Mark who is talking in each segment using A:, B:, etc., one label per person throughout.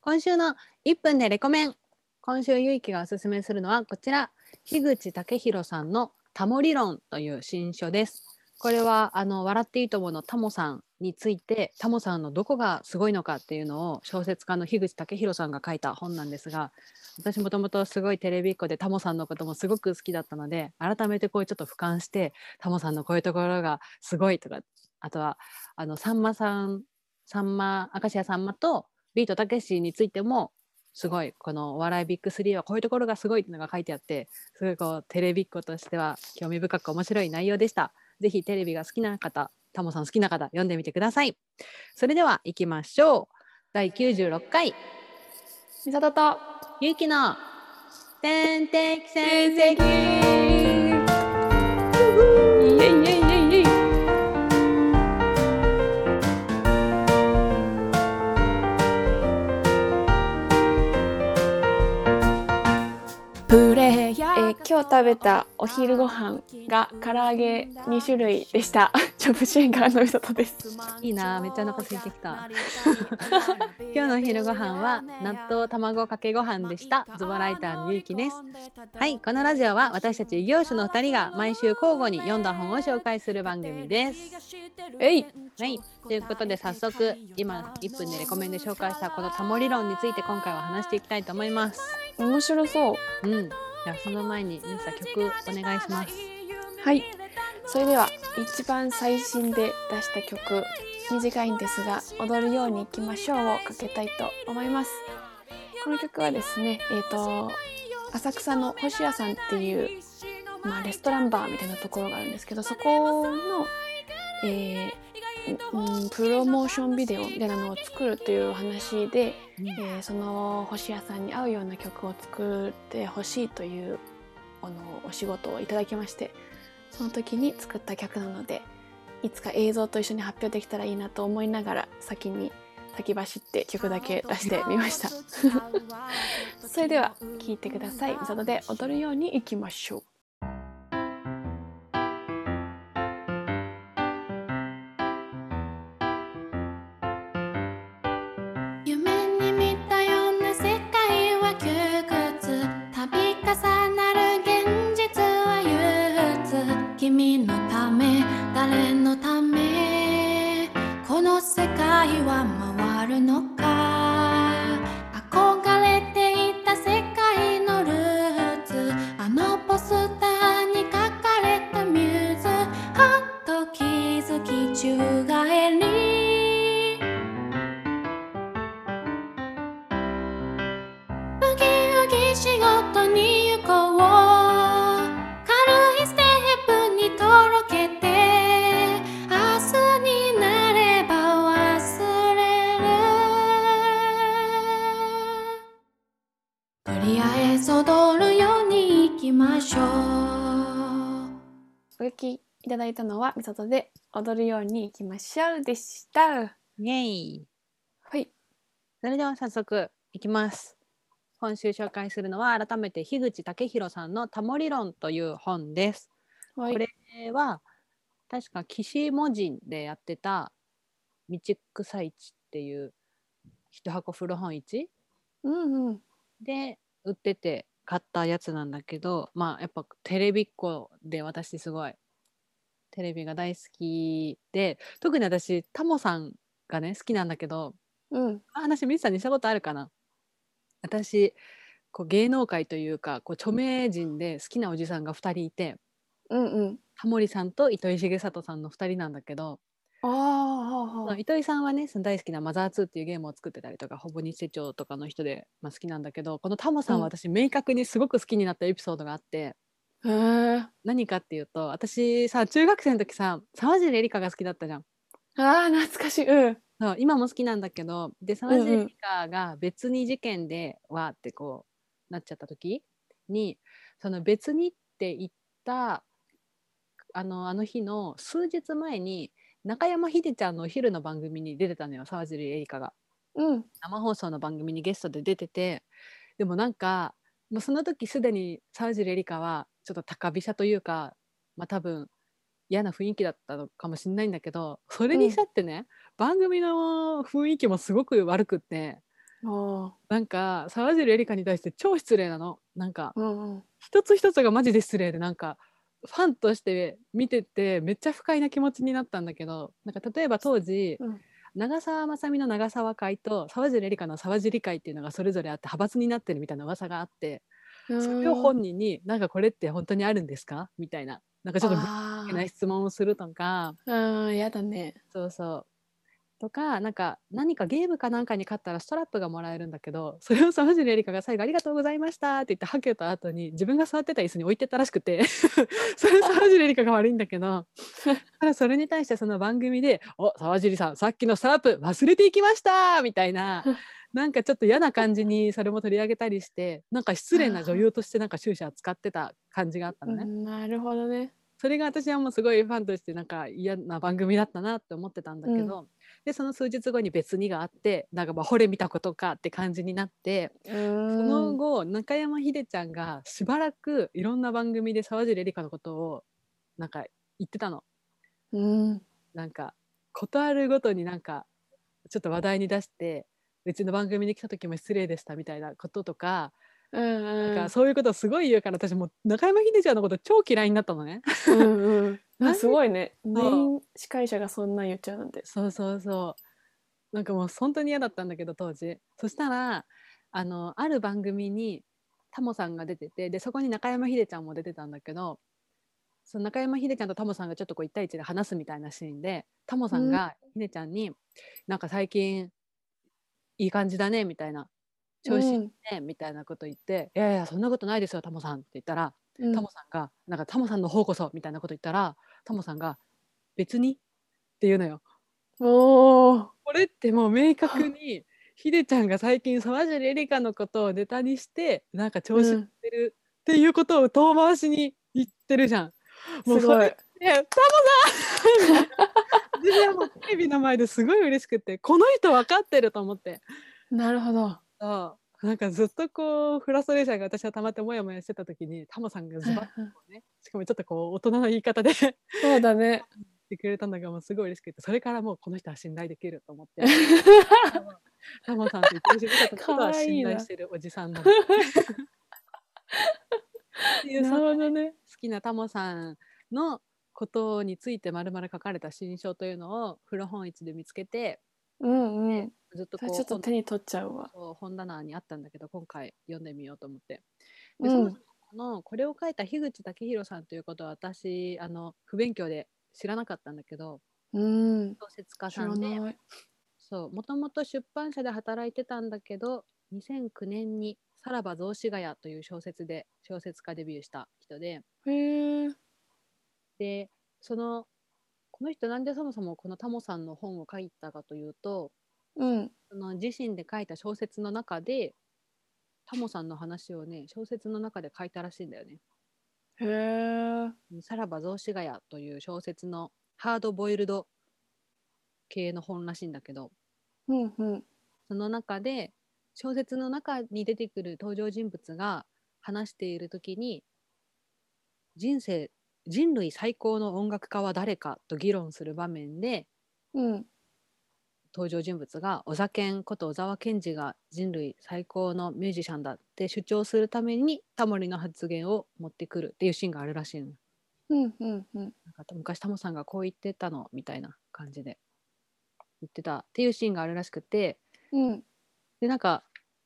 A: 今週の1分でレコメン今週ゆいきがおすすめするのはこちら樋口武弘さんの「タモ理論」という新書です。これはあの「笑っていいとも」のタモさんについてタモさんのどこがすごいのかっていうのを小説家の樋口武弘さんが書いた本なんですが私もともとすごいテレビっ子でタモさんのこともすごく好きだったので改めてこうちょっと俯瞰してタモさんのこういうところがすごいとかあとはあのさんまさんさんま明石家さんまとビートたけしについてもすごいこのお笑いビッグ3はこういうところがすごいっていうのが書いてあってすごいこうテレビっ子としては興味深く面白い内容でした。ぜひテレビが好きな方タモさん好きな方読んでみてください。それでは行きましょう。第96回
B: みさとと
A: ゆうきの天敵先生
B: イエイエイエイエイ
C: プレイヤ
B: えー今日食べたお昼ご飯が唐揚げ2種類でした。 ジョブシェーカーのみさとです。
C: ー
A: いいなめっちゃお腹空いてきた
C: 今
A: 今
C: 日
A: 日
C: のお昼
A: のお昼
C: ご
A: ご
C: 飯
A: 飯
C: は
A: は
C: 納
A: 納
C: 豆
A: 豆
C: た
A: 卵かけご飯で
C: で
A: し
C: した
A: た
C: ズ
A: ズ
C: ボ
A: ボ
C: ラ
A: ラ
C: イ
A: イ
C: タ
A: タ
C: ー
A: ー
C: の
A: の
C: ゆ
A: ゆ
C: う
A: う
C: き
A: き
C: で
A: ですす
C: は
A: はいい、
C: こ
A: こ
C: の
A: の
C: ラ
A: ラ
C: ジ
A: ジ
C: オ
A: オ
C: は
A: は
C: 私
A: 私
C: た
A: た
C: ち
A: ち
C: 異
A: 異
C: 業
A: 業
C: 種
A: 種
C: の
A: の
C: お二
A: お二
C: 人
A: 人
C: が
A: が
C: 毎
A: 毎
C: 週
A: 週
C: 交
A: 交
C: 互
A: 互
C: に
A: に
C: 読
A: 読
C: ん
A: ん
C: だ
A: だ
C: 本
A: 本
C: を
A: を
C: 紹
A: 紹
C: 介
A: 介
C: す
A: す
C: る
A: る
C: 番
A: 番
C: 組
A: 組
C: で
A: ですす。
C: えい
A: はい、ということで早速今1分でレコメンで紹介したこのタモ理論について今回は話していきたいと思います。
B: 面白そう。
A: うん、じゃあその前にミサ曲お願いします。
B: はい。それでは一番最新で出した曲短いんですが踊るように行きましょうをかけたいと思います。この曲はですね、えっ、と浅草の星屋さんっていうまあレストランバーみたいなところがあるんですけど、そこのえーうんプロモーションビデオみたいなのを作るという話で、えーその星屋さんに合うような曲を作ってほしいというあのお仕事をいただきましてその時に作った曲なのでいつか映像と一緒に発表できたらいいなと思いながら先に先走って曲だけ出してみました それでは聴いてください「みさとで踊るようにいきましょう」
D: 夢に見たような世界は窮屈度重なる現実は憂鬱君のため誰のためこの世界は回るのか憧れていた世界のルーツあのポスターに書かれたミューズはっと気づき宙返りウキウキ仕事に行こう軽いステップにとろけて明日になれば忘れるとりあえず踊るように行きましょう
B: お聞きいただいたのは「みさとで踊るようにいきましょう」でした。
A: イエイ。
B: はい、
A: それでは早速いきます。今週紹介するのは改めて樋口武弘さんの「タモ理論」という本です。
B: はい、
A: これは確か岸文人でやってた「道草市」っていう一箱古本市
B: うんうん
A: で売ってて買ったやつなんだけどまあやっぱテレビっ子で私すごいテレビが大好きで特に私タモさんがね好きなんだけど
B: うん
A: この話ミスさんにしたことあるかな私こう芸能界というかこう著名人で好きなおじさんが2人いて
B: うんうん
A: タモリさんと糸井重里さんの2人なんだけど
B: ああはあ
A: まあ
B: は
A: 糸井さんはねその大好きな「マザー2」っていうゲームを作ってたりとかほぼ日手帳とかの人で、まあ、好きなんだけどこのタモさんは
B: うん
A: 私、明確にすごく好きになったエピソードがあって
B: あへえ
A: 何かっていうと私さ中学生の時さ沢尻エリカが好きだったじゃん。
B: あー懐かしいうん
A: そう今も好きなんだけどで沢尻エリカが別に事件でわーってこうなっちゃった時にその別にって言ったあのあの日の数日前に中山秀ちゃんのお昼の番組に出てたのよ沢尻エリカが。
B: うん
A: 生放送の番組にゲストで出ててでもなんかもうその時すでに沢尻エリカはちょっと高飛車というか、まあ、多分嫌な雰囲気だったのかもしれないんだけどそれにしたってね、番組の雰囲気もすごく悪くって
B: おー
A: なんか沢尻エリカに対して超失礼なのなんか
B: うんうん
A: 一つ一つがマジで失礼でなんかファンとして見ててめっちゃ不快な気持ちになったんだけどなんか例えば当時、
B: うん
A: 長澤まさみの長澤会と沢尻エリカの沢尻会っていうのがそれぞれあって派閥になってるみたいな噂があって
B: うーん。
A: それを本人に「なんかこれって本当にあるんですか?」みたいななんかちょっとぶっ
B: あ
A: け
B: ー
A: ない質問をするとか
B: うん、やだね。
A: そうそう。とかなんか何かゲームかなんかに勝ったらストラップがもらえるんだけど それを沢尻エリカが最後「ありがとうございました」って言ってはけた後に自分が座ってた椅子に置いてったらしくて それ沢尻エリカが悪いんだけど ただそれに対してその番組で「お沢尻さんさっきのストラップ忘れていきました」みたいななんかちょっと嫌な感じにそれも取り上げたりしてなんか失礼な女優としてなんか終始扱ってた感じがあったのね。
B: うんなるほどね。
A: それが私はもうすごいファンとしてなんか嫌な番組だったなって思ってたんだけど、でその数日後に別にがあってなんかまあ惚れ見たことかって感じになって、
B: そ
A: その
B: の
A: 後中山秀ちゃんがしばらくいろんな番組で沢尻エリカのことをなんか言ってたの
B: うん。
A: なんかことあるごとになんかちょっと話題に出してうちの番組に来た時も失礼でしたみたいなこととか,、
B: うんうん。
A: なんかそういうことをすごい言うから私もう中山秀ちゃんのこと超嫌いになったの ね。
B: うんうん
A: なん
B: あすごいね。メ
A: う
B: イン司会者がそんなん言っちゃうなんて。
A: そうそうそうなんかもう本当に嫌だったんだけど当時そしたらあのある番組にタモさんが出ててでそこに中山秀ちゃんも出てたんだけどその中山秀ちゃんとタモさんがちょっとこう1対1で話すみたいなシーンでタモさんが秀ちゃんに「なんか最近いい感じだね」みたいな「調子いい
B: うん
A: ね」みたいなこと言って「いやいやそんなことないですよタモさん」って言ったら
B: うん
A: タモさんが「なんかタモさんの方こそ」みたいなこと言ったらタモさんが「別に?」って言うのよ。
B: おー
A: これってもう明確にひでちゃんが最近沢尻エリカのことをネタにしてなんか調子乗ってるっていうことを遠回しに言ってるじゃん。もう
B: す
A: そ
B: ご
A: れ
B: い。
A: ってタモさん私はもうテレビの前ですごい嬉しくてこの人分かってると思って
B: なるほど。
A: そうなんかずっとこうフラストレーションが私はたまってモヤモヤしてた時にタモさんがズバッ
B: うんうん
A: とねしかもちょっとこう大人の言い方で言っ
B: そうだね。
A: てくれたのがもうすごい嬉しくてそれからもうこの人は信頼できると思 って。タモさんと一緒に見たことは信頼してるおじさんなの。 っていう
B: な
A: そ
B: る
A: の
B: ほどね。
A: 好きなタモさんのことについてまるまる書かれた新書というのを古本市で見つけて
B: うんうん。
A: ずっと
B: そ
A: こ
B: れ
A: う
B: ちょっと
A: 本
B: 手に取っちゃうわ。
A: そう本棚にあったんだけど今回読んでみようと思って。でそ
B: う
A: の
B: ん。
A: 中のこれを書いた樋口武弘さんということは私あの不勉強で知らなかったんだけど
B: うん。
A: 小説家
B: 知
A: さ
B: ら
A: んで
B: ない。
A: そうもともと出版社で働いてたんだけど2009年に「さらば雑司ヶ谷」という小説で小説家デビューした人で
B: へえ。
A: でそのこの人なんでそもそもこのタモさんの本を書いたかというと
B: うん。
A: その自身で書いた小説の中でタモさんの話をね小説の中で書いたらしいんだよね。
B: へえ。
A: さらば雑司ヶ谷という小説のハードボイルド系の本らしいんだけど
B: うんうん。
A: その中で小説の中に出てくる登場人物が話している時に人生人類最高の音楽家は誰かと議論する場面で
B: うん。
A: 登場人物が小沢健こと小沢健二が人類最高のミュージシャンだって主張するためにタモリの発言を持ってくるっていうシーンがあるらしいの。
B: うんうんうん。
A: なんか昔タモさんがこう言ってたのみたいな感じで言ってたっていうシーンがあるらしくて
B: うん。
A: でなんか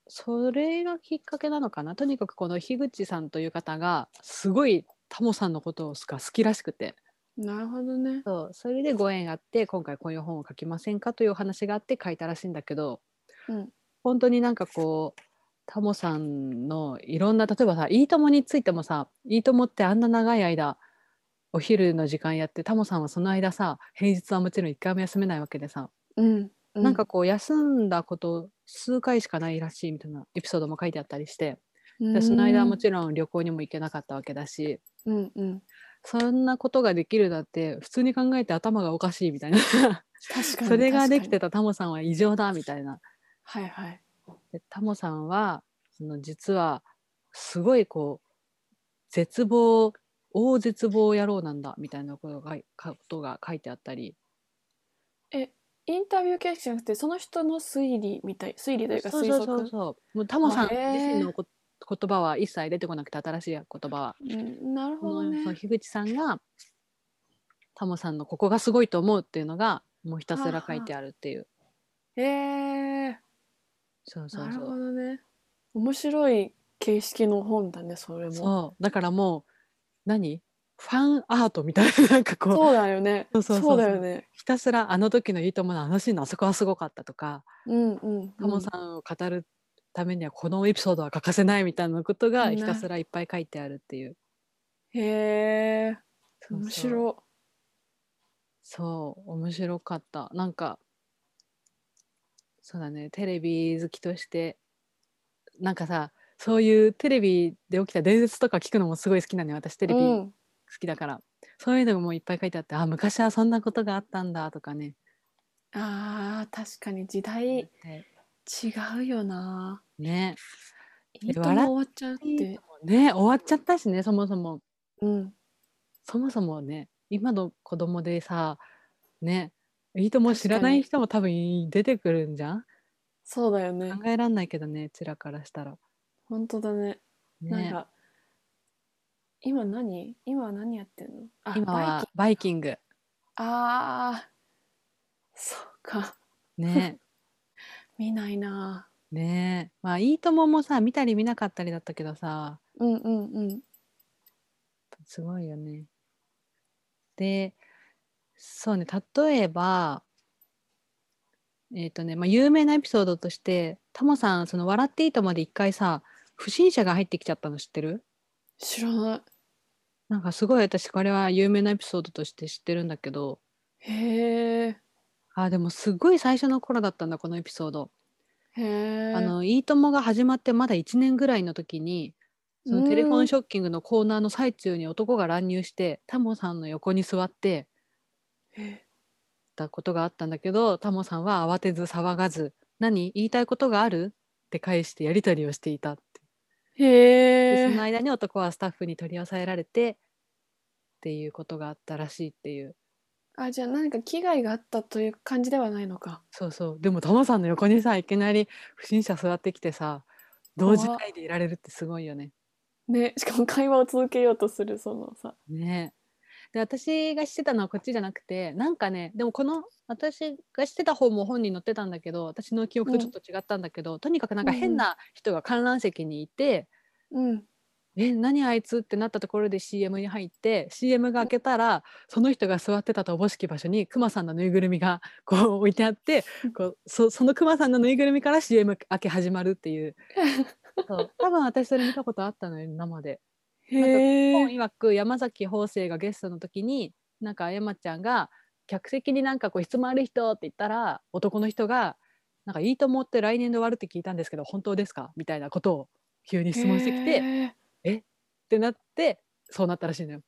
A: それがきっかけなのかなとにかくこの樋口さんという方がすごいタモさんのことが好きらしくて
B: なるほどね。
A: そうそれでご縁あって今回こういう本を書きませんかというお話があって書いたらしいんだけど
B: うん。
A: 本当になんかこうタモさんのいろんな例えばさ「いいとも」についてもさ「いいとも」ってあんな長い間お昼の時間やってタモさんはその間さ平日はもちろん一回も休めないわけでさ、
B: うん。う
A: なんか、こう休んだこと数回しかないらしいみたいなエピソードも書いてあったりして。でその間はもちろん旅行にも行けなかったわけだし
B: ろん。うんうん。
A: そんなことができるだって普通に考えて頭がおかしいみたいな
B: 確かに。
A: それができて
B: 確
A: たタモさんは異常だみたいな
B: かに。はいはい。
A: でタモさんはその実はすごいこう絶望大絶望野郎なんだみたいなことがかことが書いてあったり
B: えインタビュー形式じゃなくてその人の推理みたい推理というか
A: そ
B: 推
A: う
B: 測
A: そうそうそうもうタモさん
B: あへー
A: 自身のこ 言葉は一切出てこなくて新しい言葉は
B: うんなるほ
A: も
B: ど
A: うそう
B: ね
A: 樋口さんがタモさんのここがすごいと思うっていうのがもうひたすら書いてあるっていう
B: へえ
A: そうそう
B: なる
A: そ
B: ほ
A: う
B: どね面白い形式の本だねそれもそう
A: そうだからもう何ファンアートみたいな なんかこう
B: だよね
A: そうそうそうそう
B: だよね
A: ひたすらあの時のいいとものあのシーンのあそこはすごかったとか
B: うんうん
A: タモさんを語るためにはこのエピソードは欠かせないみたいなことが
B: ね
A: ひたすらいっぱい書いてあるっていう。
B: へえ
A: そうそう
B: 面白
A: そう面白かったなんかそうだねテレビ好きとしてなんかさそういうテレビで起きた伝説とか聞くのもすごい好きなのよ私テレビ
B: う
A: 好
B: ん
A: きだから、そういうのもいっぱい書いてあってあ昔はそんなことがあったんだとかね
B: あー確かに時代違うよな
A: ね
B: いいとも
A: 笑っ
B: 終わっちゃうって
A: ね終わっちゃったしねそもそも
B: うん
A: そもそもね今の子供でさねいいとも知ら
B: 確か
A: な
B: に
A: い人も多分出てくるんじゃん
B: そうだよね
A: 考えらんないけどねうちらからしたら。
B: 本当だね
A: ね、
B: なんか今何今何やってんのあ
A: 今
B: バイキ
A: は
B: ン
A: バイキング
B: あーそうか
A: ね
B: 見ないな
A: ねまあ「いいとも!」もさ見たり見なかったりだったけどさ
B: うんうんうん
A: すごいよね。でそうね例えばえっ、とね、まあ、有名なエピソードとしてタモさんその「笑っていいとも!」で一回さ不審者が入ってきちゃったの知ってる
B: 知らない
A: なんかすごい私これは有名なエピソードとして知ってるんだけど
B: へえ
A: あーでもすごい最初の頃だったんだこのエピソード。
B: へえ
A: あの「いいとも!」が始まってまだ1年ぐらいの時にそのテレフォンショッキングのコーナーの最中に男が乱入してタモさんの横に座って
B: え
A: たことがあったんだけどタモさんは慌てず騒がず「何言いたいことがある?」って返してやり取りをしていたって
B: へ
A: でその
B: え
A: 間に男はスタッフに取り押さえられてっていうことがあったらしいっていう
B: あじゃあ何か危害があったという感じではないのか
A: そうそうでもタモさんの横にさいきなり不審者座ってきてさ同時代でいられるってすごいよね。
B: ねしかも会話を続けようとするそのさ
A: ねで私がしてたのはこっちじゃなくてなんかねでもこの私がしてた方も本に載ってたんだけど私の記憶とちょっと違ったんだけど、とにかくなんか
B: うんうん
A: 変な人が観覧席にいて
B: うん
A: 「え何あいつ?」ってなったところで CM に入って CM が明けたらその人が座ってたとおぼしき場所にクマさんのぬいぐるみがこう置いてあってこうそそのクマさんのぬいぐるみから CM 明け始まるっていうそう多分私それ見たことあったのよ生で。
B: へ
A: 本
B: え
A: 曰く山崎邦生がゲストの時になんか山ちゃんが客席になんかこう質問ある人って言ったら男の人が「なんかいいと思って来年で終わるって聞いたんですけど本当ですか?」みたいなことを急に質問してきて、っ
B: へー
A: てなってそうなったらしいのよ。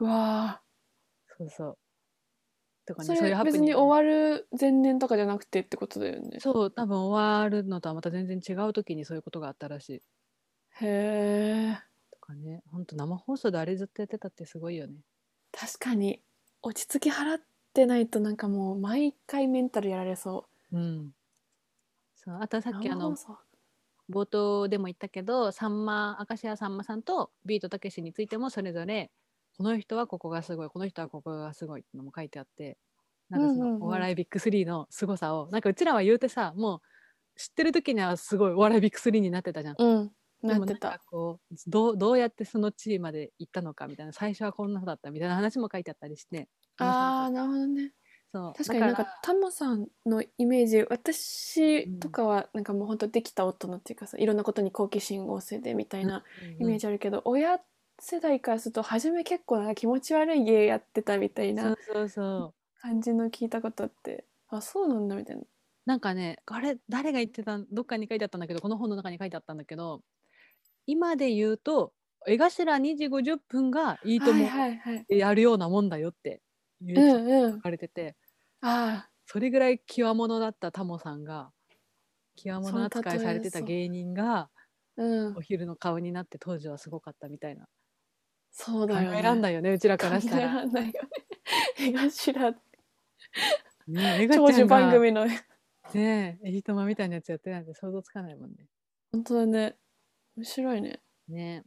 B: うわ
A: そうそうと
B: あ
A: か
B: そ
A: ねそういう
B: れ
A: ハプニ
B: 別
A: ング
B: に終わる前年とかじゃなくてってことだよね
A: そう多分終わるのとはまた全然違う時にそういうことがあったらしい
B: へえ
A: とかねほんと生放送であれずっとやってたってすごいよね。
B: 確かに落ち着き払ってないとなんかもう毎回メンタルやられそ
A: うん、そうあとさ
B: う
A: っきあ
B: 生
A: の
B: 放送
A: 冒頭でも言ったけどさんま明石家さんまさんとビートたけしについてもそれぞれこの人はここがすごいこの人はここがすごいってのも書いてあってなんかそ
B: うんうんうん
A: のお笑いビッグスリーのすごさをなんかうちらは言うてさもう知ってる時にはすごいお笑いビッグスリーになってたじゃん。
B: うん
A: で
B: な
A: も
B: って
A: なん
B: た
A: かこうどうどうやってその地位まで行ったのかみたいな最初はこんなのだったみたいな話も書いてあったりして
B: あー
A: 面白かっ
B: なるほどね
A: たそう
B: 確かになん
A: だ
B: からタモさんのイメージ私とかはなんかもうほんとできた大人っていうかさいろんなことに好奇心旺盛でみたいなイメージあるけど、親世代からすると初め結構なんか気持ち悪い芸やってたみたい
A: うんそ
B: な
A: うそうそう
B: 感じの聞いたことあってあそうなんだみたいな
A: なんかねあれ誰が言ってたんどっかに書いてあったんだけどこの本の中に書いてあったんだけど今で言うと江頭2時50分がいいとも
B: はいはいはい
A: やるようなもんだよっていう
B: う
A: 書
B: んうん
A: かれてて、
B: あ
A: それぐらい極物だったタモさんが極物扱いされてた
B: その例え
A: 芸
B: そう
A: 人が
B: あうん
A: お昼の顔になって当時はすごかったみたいな
B: そう
A: 考
B: だよね
A: えらんないよねうちらからし
B: 考
A: た
B: え
A: ら。
B: らんないよね江頭
A: ねえ、エガちゃんが
B: 長寿番組の
A: ねえ、えりとまみたいなやつやってないんで想像つかないもんね。
B: 本当だね面白いね
A: ね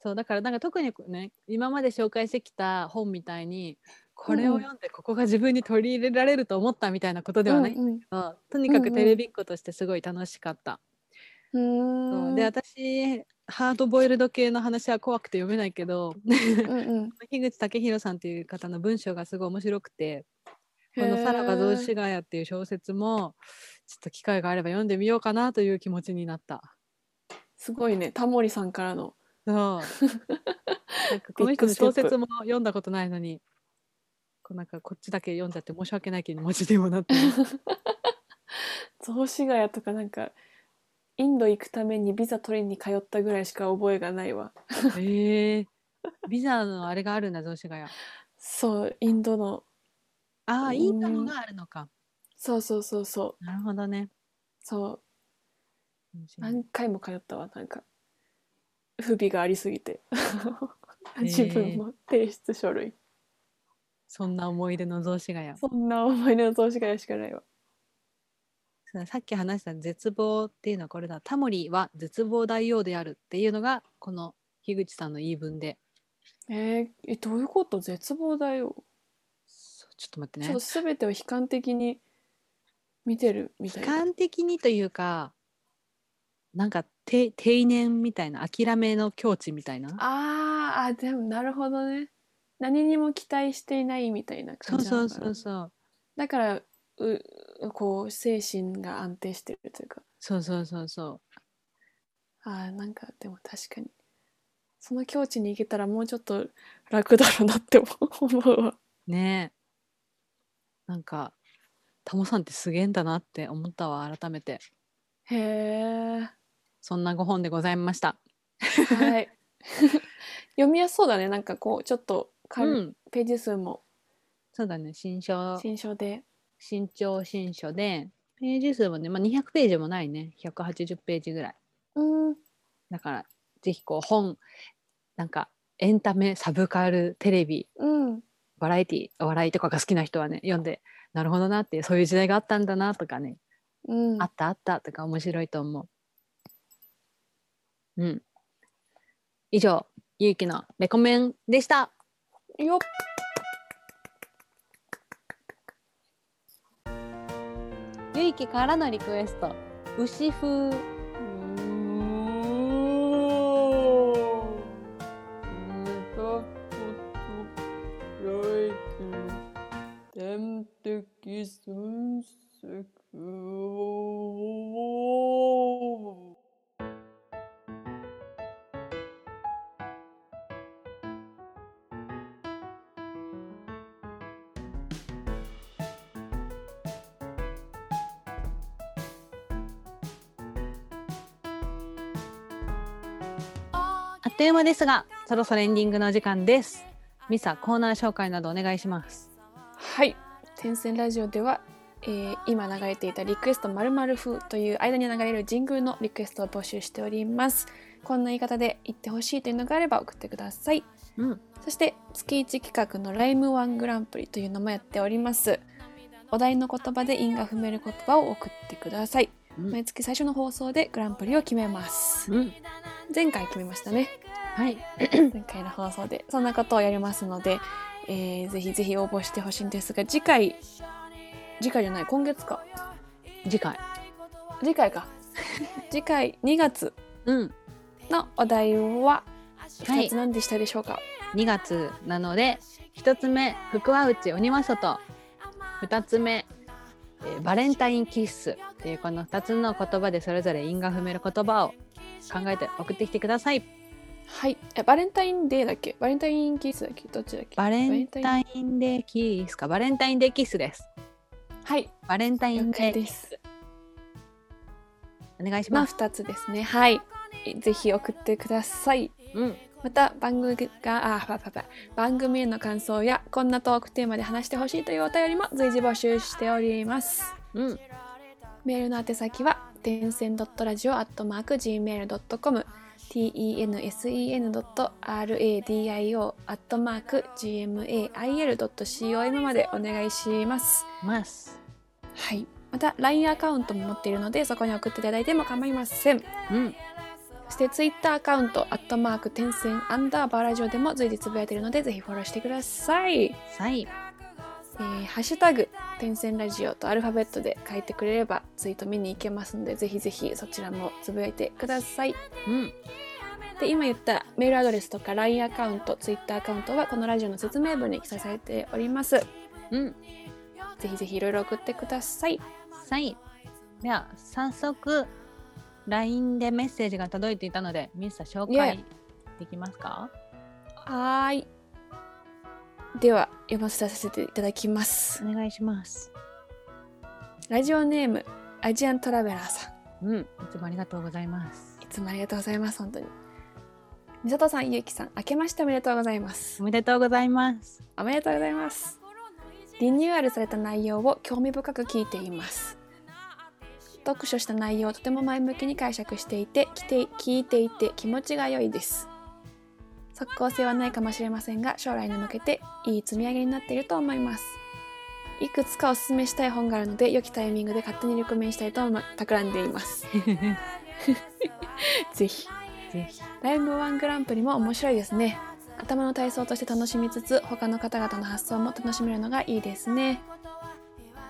A: そうだからなんか特にね今まで紹介してきた本みたいにこれを読んでここが自分に取り入れられると思ったみたいなことではない、
B: うんうん
A: うんとにか
B: うんう
A: く
B: ん
A: テレビっ子としてすごい楽しかった。
B: う
A: そう
B: ーん
A: で私ハードボイルド系の話は怖くて読めないけど
B: うんうん
A: 樋口武弘さんっていう方の文章がすごい面白くてこ
B: へ
A: の「
B: ー
A: さらば雑司ヶ谷」っていう小説もちょっと機会があれば読んでみようかなという気持ちになった。
B: すごいねタモリさんからの
A: そうなんかこの
B: ビ
A: 人
B: ッグ
A: の
B: ステ
A: 小
B: ップ
A: 説も読んだことないのにこうなんかこっちだけ読んじゃって申し訳ない気持ちにもなってる
B: 雑司ヶ谷とかなんかインド行くためにビザ取りに通ったぐらいしか覚えがないわ
A: えー、ビザのあれがあるんだ雑司ヶ谷
B: そうインドの
A: ああ
B: うん
A: いいのがあるのか
B: そうそうそうそう
A: なるほどね
B: そう
A: 面白い
B: 何回も通ったわなんか不備がありすぎ て
A: ー
B: 自分の提出書類、
A: そんな思い出の雑司ヶ谷
B: そんな思い出の投資家しかないわ
A: そうさっき話した絶望っていうのはこれだタモリは絶望大王であるっていうのがこの樋口さんの言い分で
B: えーえどういうこと絶望だよ、
A: そうちょっと待って
B: ちょっ
A: ね
B: と全てを悲観的に見てるみた
A: 悲
B: いな
A: 観的にというかなんかて定年みたいな諦めの境地みたいな
B: あーあでもなるほどね何にも期待していないみたいな
A: そ
B: 感
A: う
B: じなの
A: そ
B: か
A: う
B: な
A: そうそう
B: だからうこう精神が安定してるというか
A: そうそうそうそ
B: あーなんかでも確かにその境地に行けたらもうちょっと楽だろうなって思うわ
A: うねえなんかタモさんってすげえんだなって思ったわ改めて
B: へえ
A: そんなご本でございました
B: はい 読みやすそうだねなんかこうちょっと
A: う
B: 軽い
A: ん
B: ページ数も
A: そうだね新書
B: 新書で
A: 新潮新書でページ数もね、まあ、200ページもないね180ページぐらい
B: うん
A: だからぜひこう本なんかエンタメサブカルテレビ
B: うん
A: バラエティお笑いとかが好きな人はね読んでなるほどなっていうそういう時代があったんだなとかね、
B: うん
A: あったあったとか面白いと思う。うん、以上ゆうきのレコメンでした。
B: よっ
A: ゆうきからのリクエスト牛風
B: 天敵寸足
A: あっという間ですがそろそろエンディングのお時間です。ミサコーナー紹介などお願いします。
B: はい天線ラジオでは、えー今流れていたリクエスト〇〇風という間に流れる神宮のリクエストを募集しておりますこんな言い方で言ってほしいというのがあれば送ってください
A: うん、
B: そして月1企画のライムワングランプリというのもやっております。お題の言葉で因が踏める言葉を送ってください。
A: うん
B: 毎月最初の放送でグランプリを決めます。
A: うん、
B: 前回決めましたね。
A: はい、
B: 前回の放送でそんなことをやりますので、えーぜひぜひ応募してほしいんですが、次回次回じゃない今月か
A: 次回。
B: 次 回か次回2月
A: うん、
B: のお題は
A: はい
B: 2つ何でしたでしょうか。
A: 2月なので1つ目福は内鬼まと2つ目、えーバレンタインキッスっていうこの2つの言葉でそれぞれ因が踏める言葉を考えて送ってきてください
B: はい、えバレンタインデーだっけバレンタインキッスだっけどっちだっけ
A: バレン
B: バ
A: タインデーキッスかバレンタインデーキッスです
B: はい
A: バレンタイン
B: 了
A: デ
B: 解
A: ーキ
B: で
A: ッ
B: す
A: スお願いし
B: まあ
A: ます、
B: 2つですねはいぜひ送ってください
A: うん
B: また番組があパパパ番組への感想やこんなトークテーマで話してほしいというお便りも随時募集しております
A: うん
B: メールの宛先は点線 .radio.gmail.com ten.sen.radio.gmail.com までお願いします。
A: ます。
B: はい。また、LINE アカウントも持っているので、そこに送っていただいても構いません。
A: うん。
B: そして、Twitter アカウント、アットマーク、点線、アンダーバーラジオでも随時つぶやいているので、ぜひフォローしてください。
A: さい。
B: えーハッシュタグ、点線ラジオとアルファベットで書いてくれれば、ツイート見に行けますので、ぜひぜひそちらもつぶやいてください。
A: うん。
B: で、今言ったメールアドレスとか LINE アカウント、Twitter アカウントは、このラジオの説明文に記載されております。
A: うん。
B: ぜひぜひいろいろ送ってください。
A: さい。では、早速、LINE でメッセージが届いていたので、ミスさん紹介できますか
B: はーい。では、読ませさせていただきます。
A: お願いします。
B: ラジオネーム、アジアントラベラーさん。
A: うん。いつもありがとうございます
B: い。つもありがとうございます、本当に。みさとさん、ゆうきさん、明けましておめでとうございます
A: お。めでとうござい ます。
B: おめでとうございます。リニューアルされた内容を興味深く聞いています。読書した内容をとても前向きに解釈していて、きて聞いていて気持ちが良いです。即効性はないかもしれませんが、将来に向けていい積み上げになっていると思います。いくつかおすすめしたい本があるので、良きタイミングで勝手にレコメンしたいと思い企んでいます。 ぜひ。
A: ぜひ。
B: ライブワングランプリも面白いですね。頭の体操として楽しみつつ、他の方々の発想も楽しめるのがいいですね。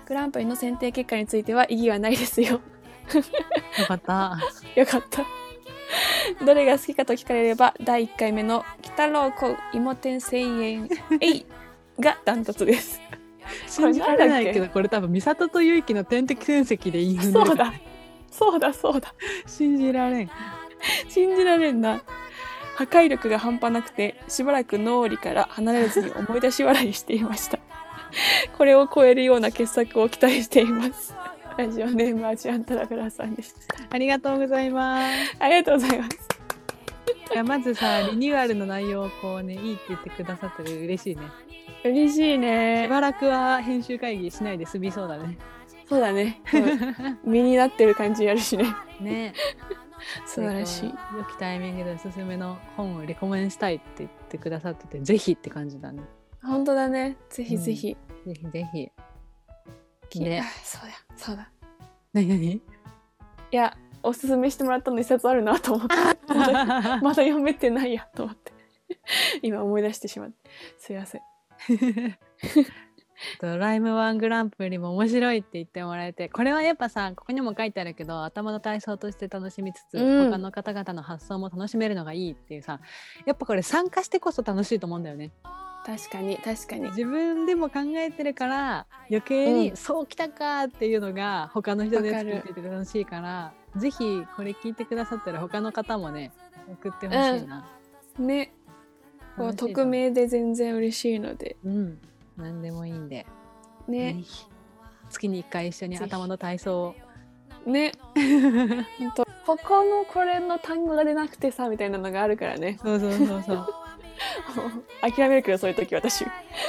B: グランプリの選定結果については異議はないですよ。
A: よかった。
B: よかった。どれが好きかと聞かれれば、第1回目の北郎子芋天千円えいがダントツです。
A: 信じられないけど、これ多分、ミサトとユイキの天敵戦績でいいのね
B: そうだ。そうだそうだ。
A: 信じられん。
B: 信じられんな。破壊力が半端なくて、しばらく脳裏から離れずに思い出し笑いしていました。これを超えるような傑作を期待しています。ラジオネームアジアントラグラーさんです。
A: ありがとうございます。
B: ありがとうございます。
A: いやまずさリニューアルの内容をこうねいいって言ってくださってる嬉しいね
B: 嬉しい
A: し
B: ね。
A: ばらくは編集会議しないで済みそうだね
B: そうだね。身になってる感じやるしね。
A: ね
B: 素晴らしい
A: こ。う良きタイミングでおすすめの本をレコメンしたいって言ってくださっててぜひって感じだね
B: 本当だね。ぜひぜひ。
A: ぜひぜひ
B: き
A: ね
B: あそうだ。そうだ。
A: 何 何
B: いや、おすすめしてもらったの一冊あるなと 思って。まだ読めてないやと思って今思い出してしまってすいません
A: とライムワングランプリも面白いって言ってもらえてこれはやっぱさここにも書いてあるけど頭の体操として楽しみつつ、
B: うん
A: 他の方々の発想も楽しめるのがいいっていうさやっぱこれ参加してこそ楽しいと思うんだよね
B: 確かに確かに
A: 自分でも考えてるから余計に、
B: うん
A: そうきたかっていうのが他の人で
B: わか
A: 作
B: る
A: ってて楽しいからぜひこれ聞いてくださったら他の方もね送ってほしいな、
B: ねこう
A: 楽しいな
B: 匿名で全然嬉しいので
A: うん何でもいいんで、ぜ
B: ね
A: ひ月に1回一緒に
B: ぜひ
A: 頭の体操を
B: ねほんとここのこれの単語が出なくてさみたいなのがあるからね
A: そうそうそうそう
B: 諦めるけどそういう時私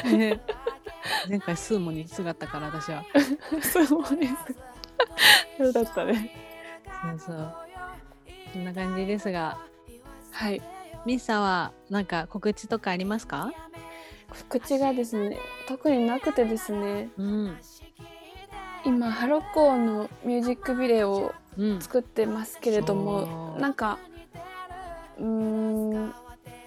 A: ね 前回スーモにすがったから私 は
B: そうですそうだったね
A: そうそうそんな感じですが
B: はい
A: ミッサはなんか告知とかありますか
B: 口がですね特になくてですね
A: うん
B: 今ハロコーのミュージックビデオを
A: うん
B: 作ってますけれども
A: そう
B: なんかうーん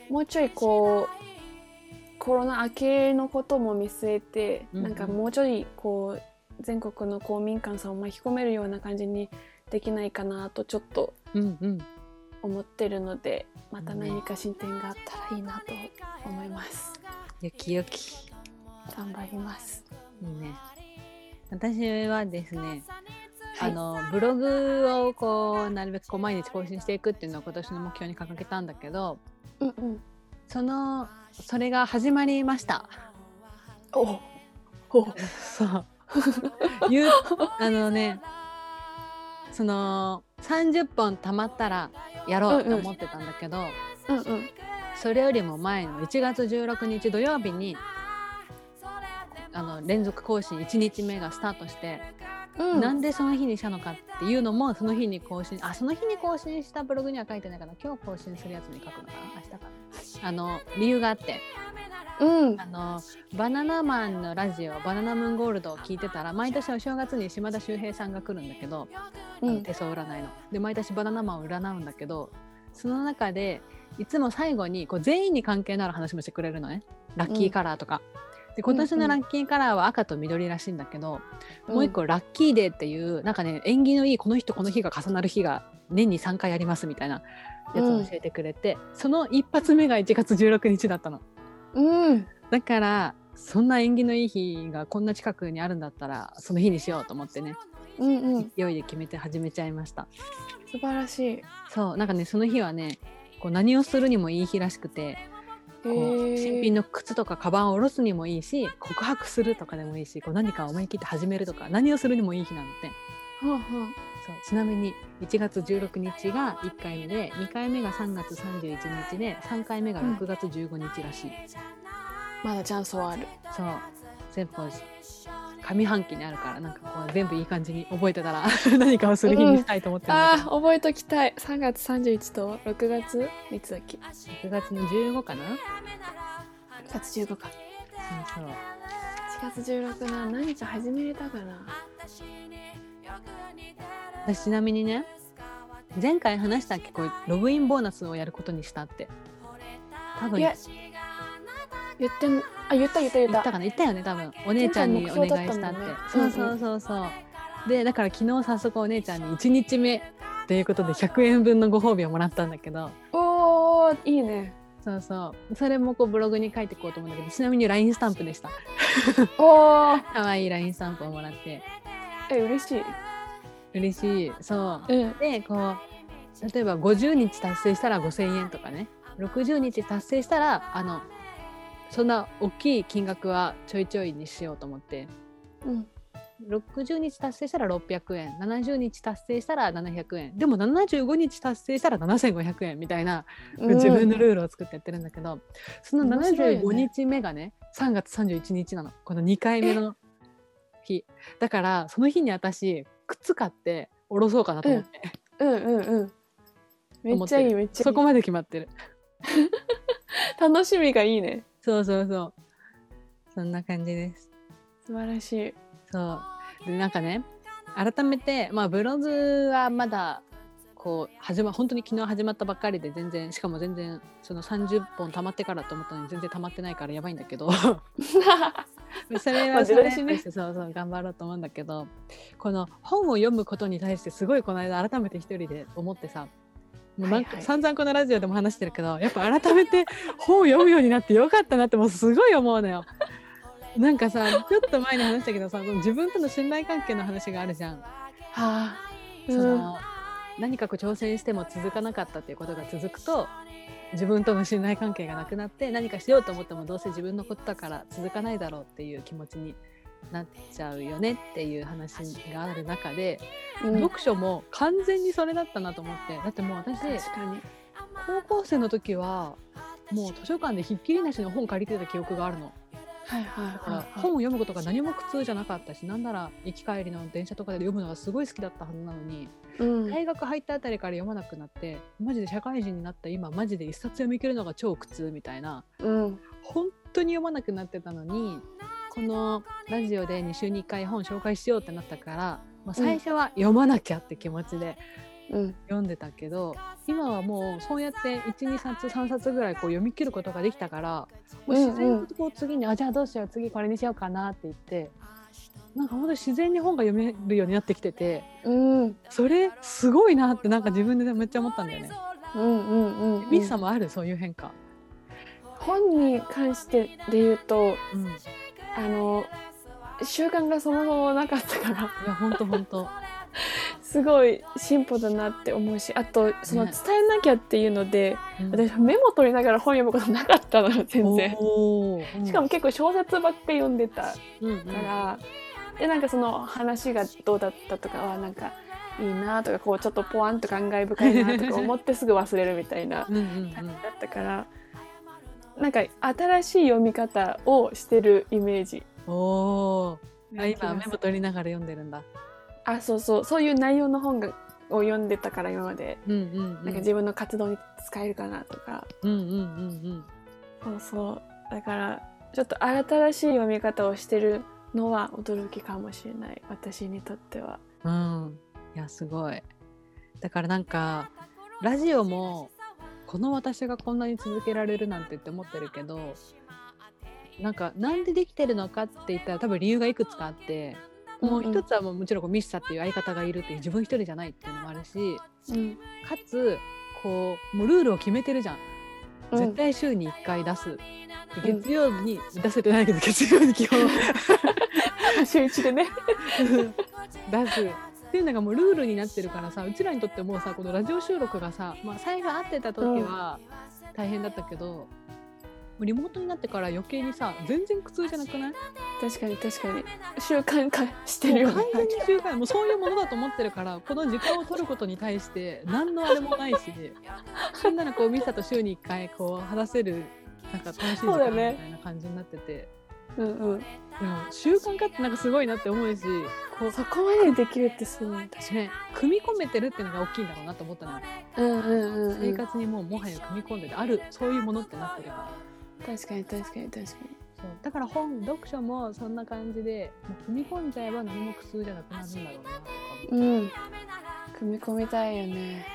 B: もうちょいこうコロナ明けのことも見据えて、
A: うんうん
B: なんかもうちょいこう全国の公民館さんを巻き込めるような感じにできないかなとちょっと
A: うんうん
B: 思ってるのでまた何か進展があったらいいなと思います
A: よきよき
B: 頑張ります
A: いいね私はですね、
B: はい
A: あのブログをこうなるべくこう毎日更新していくっていうのを今年の目標に掲げたんだけど
B: うんうん
A: そのそれが始まりました
B: お お
A: そう 言うあのねその30本たまったらやろうと思ってたんだけど、
B: うんうん
A: それよりも前の1月16日土曜日にあの連続更新1日目がスタートして
B: うん
A: なんでその日にしたのかっていうのもその日に更新あその日に更新したブログには書いてないかな今日更新するやつに書くのかな明日かなあの理由があって
B: うん
A: あのバナナマンのラジオ「バナナムーンゴールド」を聞いてたら毎年お正月に島田秀平さんが来るんだけど、あ
B: う
A: の
B: ん
A: 手相占いの。で毎年バナナマンを占うんだけどその中でいつも最後にこう全員に関係のある話もしてくれるのねラッキーカラーとか。で今年のラッキーカラーは赤と緑らしいんだけど、もう一個ラッキーデーっていうなんかね縁起のいいこの日とこの日が重なる日が年に3回ありますみたいなやつを教えてくれて、その一発目が1月16日だったの。
B: うん
A: だからそんな縁起のいい日がこんな近くにあるんだったらその日にしようと思ってね
B: うんうん
A: 勢いで決めて始めちゃいました
B: 素晴らしいへ
A: そうなんかねその日はねこう何をするにもいい日らしくてこう
B: ー
A: 新品の靴とかカバンを下ろすにもいいし告白するとかでもいいしこう何か思い切って始めるとか何をするにもいい日なんで
B: はあは
A: そうちなみに1月16日が1回目で2回目が3月31日で3回目が6月15日らしい、
B: あまだチャンスはある
A: そう全部上半期にあるからなんかこう全部いい感じに覚えてたら 何かをする日にしたいと思ってるんだ
B: あ
A: け
B: ー覚えときたい3月31と6月いつだっけ
A: ど、6月の15かな
B: 6月15か
A: そうそう
B: 4月16な何日始めれたかな
A: 私ちなみにね前回話したっけこうログインボーナスをやることにしたって多分
B: い
A: 言
B: や言ってんあ言った言った言っ
A: ったたかな言ったよね多分お姉ちゃんにお願いしたって、
B: 前回
A: そう
B: 目標だったもんね
A: そうそうそうでだから昨日早速お姉ちゃんに1日目ということで100円分のご褒美をもらったんだけど
B: おーいいね
A: そうそうそれもこうブログに書いていこうと思うんだけどちなみに LINE スタンプでした
B: おー
A: 可愛い LINE スタンプをもらって
B: え嬉しい
A: 嬉しいそう
B: うん
A: でこう例えば50日達成したら5,000円とかね60日達成したらあのそんな大きい金額はちょいちょいにしようと思って
B: うん
A: 60日達成したら600円70日達成したら700円でも75日達成したら7500円みたいな、自分のルールを作ってやってるんだけどその
B: 面白いよね
A: 75日目がね3月31日なのこの2回目の日だからその日に私靴買って下ろそうかなと思って。
B: うんうんうんうんめっちゃいいめっちゃい
A: そ
B: い
A: こまで決まってる。
B: 楽しみがいいね
A: そうそうそう。そんな感じです。
B: 素晴らしい
A: そう。でなんかね、改めて、まあブログはまだ、こう、始ま、本当に昨日始まったばっかりで全然、しかも全然、その30本溜まってからと思ったのに全然溜まってないからやばいんだ けど、それ
B: まあ
A: はそ
B: 自
A: れ
B: 撮りしね
A: そうそう、頑張ろうと思うんだけど、この本を読むことに対してすごいこの間改めて一人で思ってさ、もうなんか
B: はいはい
A: 散々このラジオでも話してるけどやっぱ改めて本を読むようになってよかったなってもうすごい思うのよ。なんかさちょっと前に話したけどさその自分との信頼関係の話があるじゃん。
B: はあ
A: そ
B: うん
A: の何かこう挑戦しても続かなかったっていうことが続くと自分との信頼関係がなくなって何かしようと思ってもどうせ自分のことだから続かないだろうっていう気持ちになっちゃうよねっていう話がある中で、
B: うん
A: 読書も完全にそれだったなと思ってだってもう私
B: 確かに
A: 高校生の時はもう図書館でひっきりなしの本借りてた記憶があるの
B: はいはい
A: だから
B: はい
A: 本
B: は
A: を読むことが何も苦痛じゃなかったし何なら行き帰りの電車とかで読むのがすごい好きだったはずなのに
B: いうん
A: 大学入ったあたりから読まなくなってマジで社会人になった今マジで一冊読み切るのが超苦痛みたいな
B: うん
A: 本当に読まなくなってたのにこのラジオで2週に1回本紹介しようってなったから、まあ、最初は読まなきゃって気持ちで
B: うん
A: 読んでたけど今はもうそうやって12冊3冊ぐらいこう読み切ることができたからもう自然とこう次に、あじゃあどうしよう次これにしようかなって言ってなんか本当に自然に本が読めるようになってきてて
B: うん
A: それすごいなってなんか自分でめっちゃ思ったんだよね。
B: うんうんうんうん
A: ミスさんもあるそういう変化。
B: 本に関してで言うと
A: うん、い
B: あの習慣がそもそもなかったから
A: や本当本当。
B: すごい進歩だなって思うしあとその
A: ね
B: 伝えなきゃっていうので、
A: うん
B: 私メモ取りながら本読むことなかったのよ全然。
A: おーうん
B: しかも結構小説ばっかり読んでたか
A: うんうん
B: ら、でなんかその話がどうだったとかはなんかいいなとかこうちょっとポワンと感慨深いなとか思ってすぐ忘れるみたいな
A: うんうん
B: 感じだったから、なんか新しい読み方をしてるイメージ。
A: うん。おお。あ
B: な気が
A: 今
B: する
A: メモ取りながら読んでるんだ。
B: あそうそうそういう内容の本がを読んでたから今まで
A: うんうんうん
B: なんか自分の活動に使えるかなとか、
A: うんうんうんうん
B: そうそうだからちょっと新しい読み方をしてるのは驚きかもしれない私にとっては。
A: うん、いやすごいだからなんかラジオもこの私がこんなに続けられるなんてって思ってるけどなんかなんでできてるのかって言ったら多分理由がいくつかあってもう
B: うんうん
A: 一つはもうもちろんこうミッサっていう相方がいるっていう自分一人じゃないっていうのもあるし
B: うん
A: かつこうもうルールを決めてるじゃん絶対週に1回出 すで
B: うん
A: 月曜日に出せてないけど月曜日に基本
B: うん、週一 でね。
A: 出すっていうのがもうルールになってるからさうちらにとってもうさこのラジオ収録がさ、まあ、最後合ってた時は大変だったけど、もうリモートになってから余計にさ全然苦痛じゃなく ない
B: 確かに確かに習慣化してるよ
A: もう
B: ね
A: 完。全に習慣もうそういうものだと思ってるからこの時間を取ることに対して何のあれもないしそんなのこうミサと週に1回こう話せるなんか楽しい時
B: そうだ
A: 間み
B: ね
A: たいな感じになってて、
B: うんうん。
A: でも習慣化ってなんかすごいなって思うしこう
B: そこまでできるってすごい。確か
A: ね組み込めてるっていうのが大きいんだろうなと思ったのよ
B: に。うんうんうん、う
A: 生
B: ん。確
A: 活にもうもはや組み込んでてあるそういうものってなってるから
B: かに確かに確かに。
A: そうだから本読書もそんな感じでもう組み込んじゃえば何も苦痛じゃなくなるんだろうなとか
B: うん。組み込みたいよね。
A: ね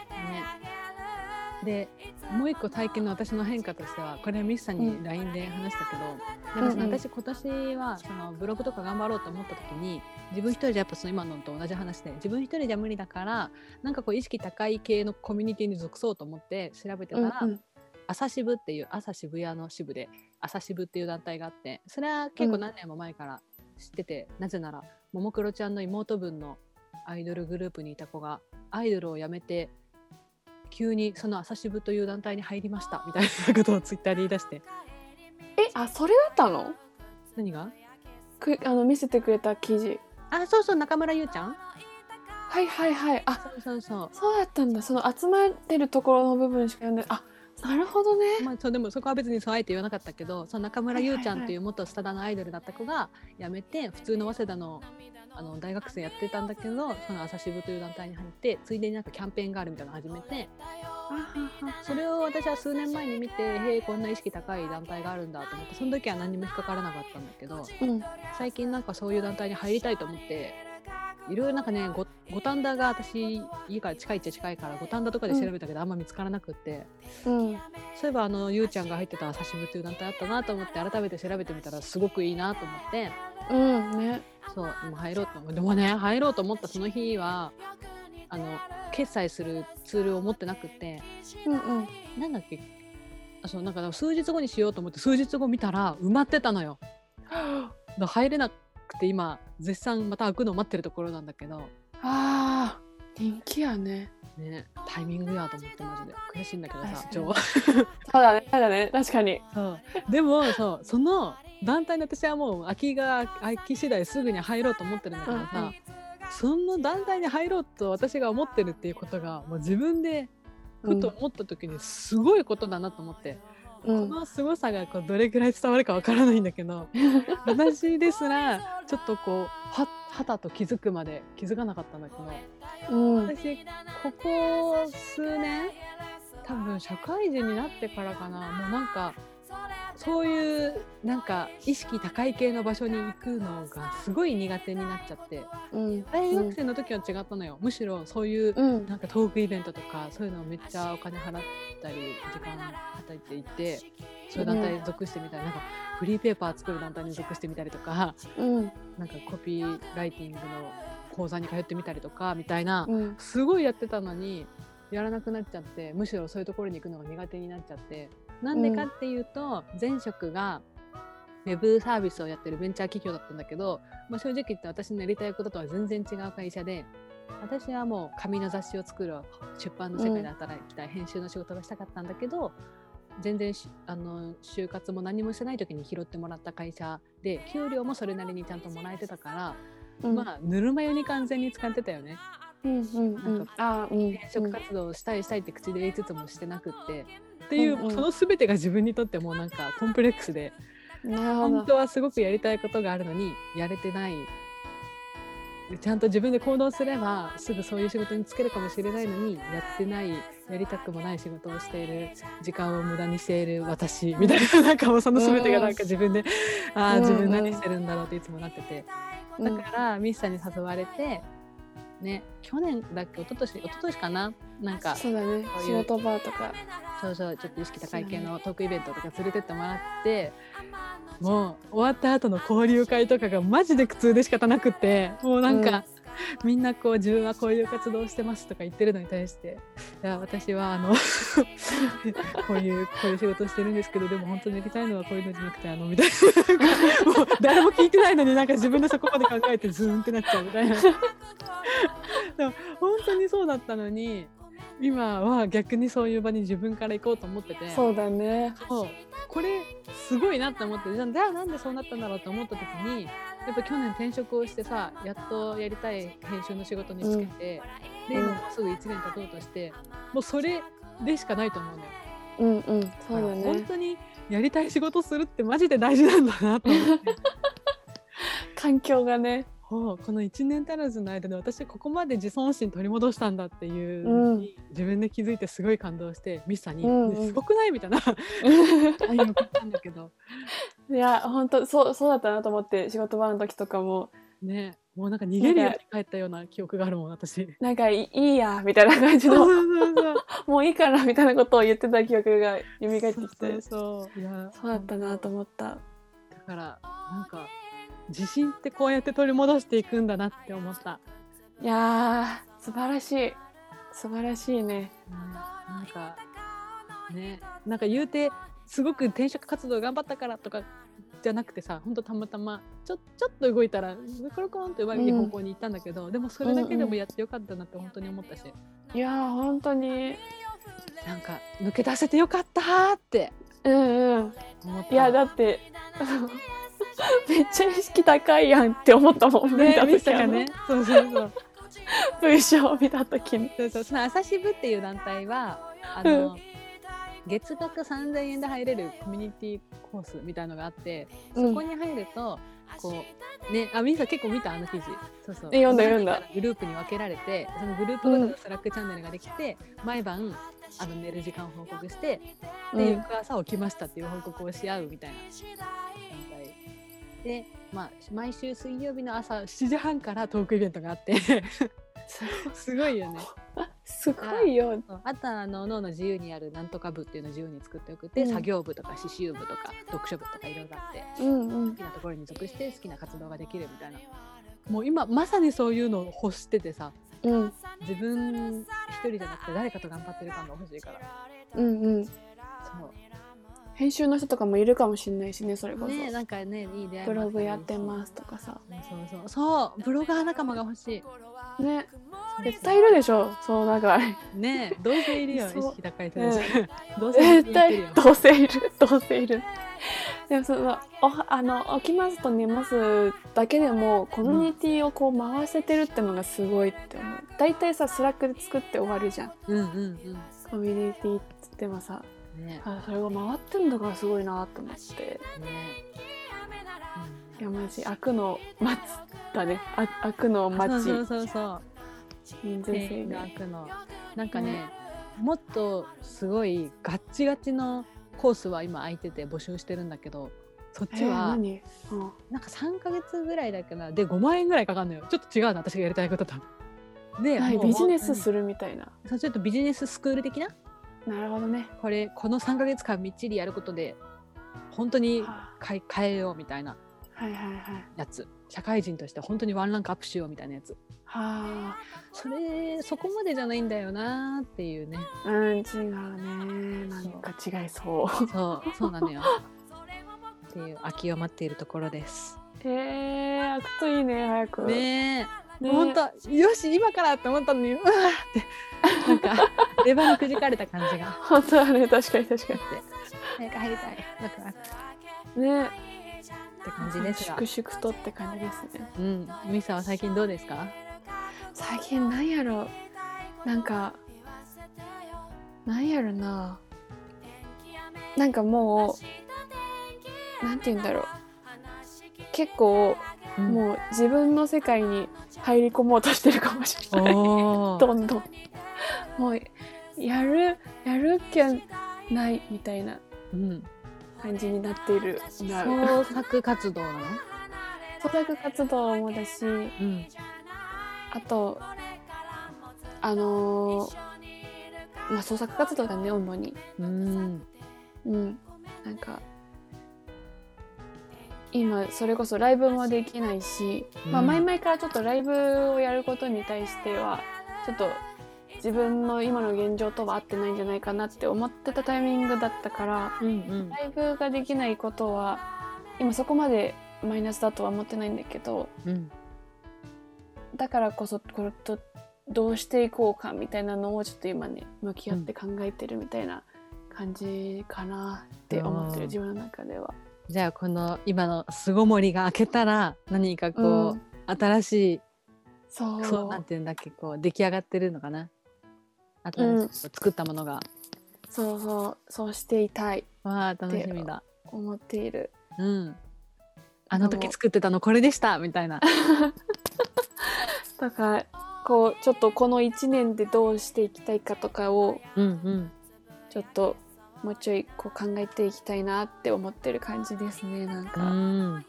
A: でもう一個最近の私の変化としてはこれはミスさん
B: う
A: に
B: ん
A: LINE で話したけど、なんかその
B: うんうん
A: 私今年はそのブログとか頑張ろうと思った時に自分一人じゃやっぱその今のと同じ話で自分一人じゃ無理だからなんかこう意識高い系のコミュニティに属そうと思って調べてた
B: うん
A: ら、
B: うん。
A: 朝渋っていう朝渋谷の支部で朝渋っていう団体があってそれは結構何年も前から知ってて、なぜならももクロちゃんの妹分のアイドルグループにいた子がアイドルを辞めて急にその朝渋という団体に入りましたみたいなことをツイッターで言い出して
B: え、あ、それだったの？
A: 何が
B: くあの見せてくれた記事。
A: あそうそう中村優ちゃん
B: はいはいはい。あ、
A: そうそうそ
B: そうだったんだ。その集まってるところの部分しか読んで、あ、なるほどね。
A: う,、まあ、そうでもそこは別にそうあえて言わなかったけどその中村優ちゃんという元スタダのアイドルだった子が辞めて普通の早稲田のあの大学生やってたんだけどその朝渋という団体に入ってついでになんかキャンペーンがあるみたいなの始めてそれを私は数年前に見てへえこんな意識高い団体があるんだと思ってその時は何にも引っかからなかったんだけど
B: うん。
A: 最近なんかそういう団体に入りたいと思っていろいろなんかねご五反田が私家から近いっちゃ近いから五反田とかで調べたけどあんま見つからなくって、
B: うん。
A: そういえばあのゆうちゃんが入ってた朝渋という団体あったなと思って改めて調べてみたらすごくいいなと思って。
B: うんね。
A: そう今入ろうと思うでもね入ろうと思ったその日はあの決済するツールを持ってなくて
B: うんうん。
A: なんだっけあそうなんか数日後にしようと思って数日後見たら埋まってたのよだから入れなくて今絶賛また開くのを待ってるところなんだけど、
B: ああ、人気やね。
A: ね、タイミングやと思ってマジで悔しいんだけどさ
B: 確かに
A: 情報
B: そうだね。そうだね。確かに。
A: そうでもそうその団体の私はもう空きが空き次第すぐに入ろうと思ってるんだけど
B: うんう
A: さ
B: ん、
A: その団体に入ろうと私が思ってるっていうことがもう自分でふと思った時にすごいことだなと思って、
B: うん
A: こ。のすごさがこうどれぐらい伝わるかわからないんだけど 私ですらちょっとこうははたと気づくまで気づかなかったんだけど
B: うん。
A: 私ここ数年多分社会人になってからかなもうなんかそういうなんか意識高い系の場所に行くのがすごい苦手になっちゃって
B: うん。
A: 大学生の時は違ったのよ、むしろそういう
B: うん。
A: なんかトークイベントとかそういうのをめっちゃお金払ったり時間働いていてそういう団体に属してみたり、なんかフリーペーパー作る団体に属してみたりとか
B: うん。
A: なんかコピーライティングの講座に通ってみたりとかみたいな
B: うん。
A: すごいやってたのにやらなくなっちゃってむしろそういうところに行くのが苦手になっちゃってなんでかっていうと、前職がウェブサービスをやってるベンチャー企業だったんだけど、まあ、正直言って私のやりたいこととは全然違う会社で私はもう紙の雑誌を作る出版の世界で働きたい、編集の仕事がしたかったんだけど全然しあの就活も何もしてない時に拾ってもらった会社で給料もそれなりにちゃんともらえてたから、
B: うん。
A: まあぬるま湯に完全に使ってたよね。
B: うんうんうん。ああ、うん。
A: 転職活動をしたいしたいって口で言いつつもしてなくって、っていう、
B: うんうん
A: その全てが自分にとってもうなんかコンプレックスで
B: なるほ
A: 本
B: ど。
A: 当はすごくやりたいことがあるのにやれてないちゃんと自分で行動すればすぐそういう仕事に就けるかもしれないのにやってないやりたくもない仕事をしている時間を無駄にしている私みたいななんかもうその全てがなんか自分で、ああ自分何してるんだろうっていつもなってて、
B: うん
A: だからミスさんに誘われてね去年だっけ一昨年一昨年かななんか
B: そうだね
A: そういう
B: 仕事場とか
A: そうそうちょっと意識高い系のトークイベントとか連れてってもらってもう終わった後の交流会とかがマジで苦痛で仕方なくてもうなんか、みんなこう自分はこういう活動をしてますとか言ってるのに対していや私はあの こういうこういう仕事してるんですけどでも本当にやりたいのはこういうのじゃなくてあのみたいなもう誰も聞いてないのになんか自分でそこまで考えてズーンってなっちゃうみたいな。でも本当にそうだったのに今は逆にそういう場に自分から行こうと思ってて
B: そうだね
A: そうこれすごいなって思ってじゃあじゃあなんでそうなったんだろうと思った時にやっぱ去年転職をしてさやっとやりたい編集の仕事に就けて、で
B: うん
A: 今もうすぐ1年経とうとしてもうそれでしかないと思うんだよ。
B: うんうんそうだ
A: 本
B: ね
A: 当にやりたい仕事するってマジで大事なんだなと思って
B: 環境 がね
A: ほうこの1年足らずの間で私ここまで自尊心取り戻したんだっていう
B: う
A: の
B: ん
A: に、自分で気づいてすごい感動してミスさんに、
B: うんうん
A: すごくないみたいなあ今送ったんだけど
B: いや本当そうそうだったなと思って仕事場の時とかも
A: ねもうなんか逃げるよう
B: なん
A: に
B: か
A: 帰ったような記憶があるもん私。
B: なんかいいいやみたいな感じ
A: そう
B: の
A: そうそう
B: もういいからみたいなことを言ってた記憶が蘇ってき
A: そうそう
B: て
A: そういや
B: そうだったなと思った
A: だからなんか自信ってこうやって取り戻していくんだなって思った。
B: いやー素晴らしい素晴らしいね
A: うんなんかねなんか言うてすごく転職活動頑張ったからとかじゃなくてさほんとたまたまちょちょっと動いたらコロコロンって上いい
B: うん
A: 方向に行ったんだけど、でもそれだけでもやってよかったなって本当に思ったし、
B: いやー本当に
A: なんか抜け出せてよかったーって
B: うんうん
A: 思った。
B: いやだって あのめっちゃ意識高いやんって思ったもん
A: ね、
B: 見
A: 見た
B: た時
A: か
B: あの
A: ね。そうそうそう。
B: 文章を見た時に
A: そうそうその朝渋っていう団体はあの、月額3000円で入れるコミュニティコースみたいのがあって
B: うん
A: そこに入ると、こうねあみんな結構見たあの記事そうそう
B: え読んだ読んだ
A: グループに分けられてそのグループごとのスラックチャンネルができて、毎晩あの寝る時間を報告して、
B: う
A: で
B: ん
A: 翌朝起きましたっていう報告をし合うみたいな団体で、まあ、毎週水曜日の朝7時半からトークイベントがあって すごいよね。
B: すごいよ
A: あとはあの脳の自由にあるなんとか部っていうのを自由に作ってよくて、
B: うん
A: 作業部とか刺繍部とか読書部とかいろいろあって
B: うんう
A: 好
B: ん
A: きなところに属して好きな活動ができるみたいなもう今まさにそういうのを欲しててさ
B: うん
A: 自分一人じゃなくて誰かと頑張ってる感が欲しいから
B: うんうん
A: そ
B: 編集の人とかもいるかもしれないしねそれこ
A: う
B: そ、
A: ねなんかねいい出会い
B: ブログやってますとかさ
A: すそうそうそうブロガー仲間が欲し
B: ね絶対いるでしょそうなんかあれ
A: いねどうせいるよ意
B: そう
A: 識高い人たち、 どうせい
B: 絶
A: るよ
B: 対どうせい るどうせいるでもそのおはあの起きますと寝ますだけでもコミュニティをこう回せてるってのがすごいって思う大体さスラックで作って終わるじゃん
A: うんうん
B: コミュニティっつってもさ
A: うん ね
B: あそれが回ってんだからすごいなと思って
A: ね、
B: いやマジ悪の待つだねあ悪の
A: うん、そう
B: 待ち
A: そうそうそう
B: 人数
A: 全
B: 制
A: 員が開
B: 限
A: くのなんかね
B: ね
A: もっとすごいガッチガチのコースは今空いてて募集してるんだけどそっ
B: え
A: ち
B: ー
A: は
B: 何うん
A: なんか3ヶ月ぐらいだっけなで5万円ぐらいかかるのよちょっと違うな私がやりたいことと。で
B: はい
A: もう
B: ビジネス
A: う
B: するみたいなん
A: そうちょっとビジネススクール的な
B: なるほどね
A: これこの3ヶ月間みっちりやることで本当に
B: は
A: 変え変えようみたいな
B: あはいはいはい
A: やつ社会人として本当にワンランクアップしようみたいなやつ
B: は
A: それそこまでじゃないんだよなーっていう ね
B: あうん違うねなんか違いそう
A: そう、そうなのよ。っていう空きを待っているところ です。
B: ええー、開くといいね、早く。
A: ねえ、
B: ね
A: 本当、よし、今からって思ったのに、うわ ーって、なんか、レバーにくじかれた感じが。
B: 本当だね、確かに確か
A: 早く入りたい、だからっ
B: に。ね、
A: て感じですが。
B: 粛々とって感じですね。
A: うん、ミサは最近どうですか。
B: 最近なんやろ、なんか、なんやろな。なんかもう、なんて言うんだろう。結構、
A: うん
B: もう自分の世界に入り込もうとしてるかもしれない。
A: お
B: どんどん。もう、やる、やるきゃないみたいな
A: うん、
B: 感じになっている。なる
A: 創作活動なの、
B: 創作活動もだし、
A: うん、
B: あと、あのーまあ、創作活動だね、主に。
A: うん、
B: うん。なんか、今、それこそライブもできないし、まあ、
A: うん
B: 前々からちょっとライブをやることに対しては、ちょっと自分の今の現状とは合ってないんじゃないかなって思ってたタイミングだったから、
A: うん、
B: ライブができないことは今そこまでマイナスだとは思ってないんだけど
A: うん、
B: だからこそこれとどうしていこうかみたいなのをちょっと今ね向き合って考えてるみたいな感じかなって思ってる、
A: うん
B: 自分の中では。
A: じゃあこの今の巣ごもりが開けたら何かこ
B: うん
A: う、新し
B: そ
A: いうそうなんていうんだっけこう出来上がってるのかな新しく作ったものが、
B: そうそうそうしていたい
A: わあ楽しみだ
B: 思っている
A: うんあの時作ってたのこれでしたみたいな
B: だからこうちょっとこの1年でどうしていきたいかとかを
A: うんうん
B: ちょっともうちょいこう考えていきたいなって思ってる感じですねなん
A: う
B: か。
A: ん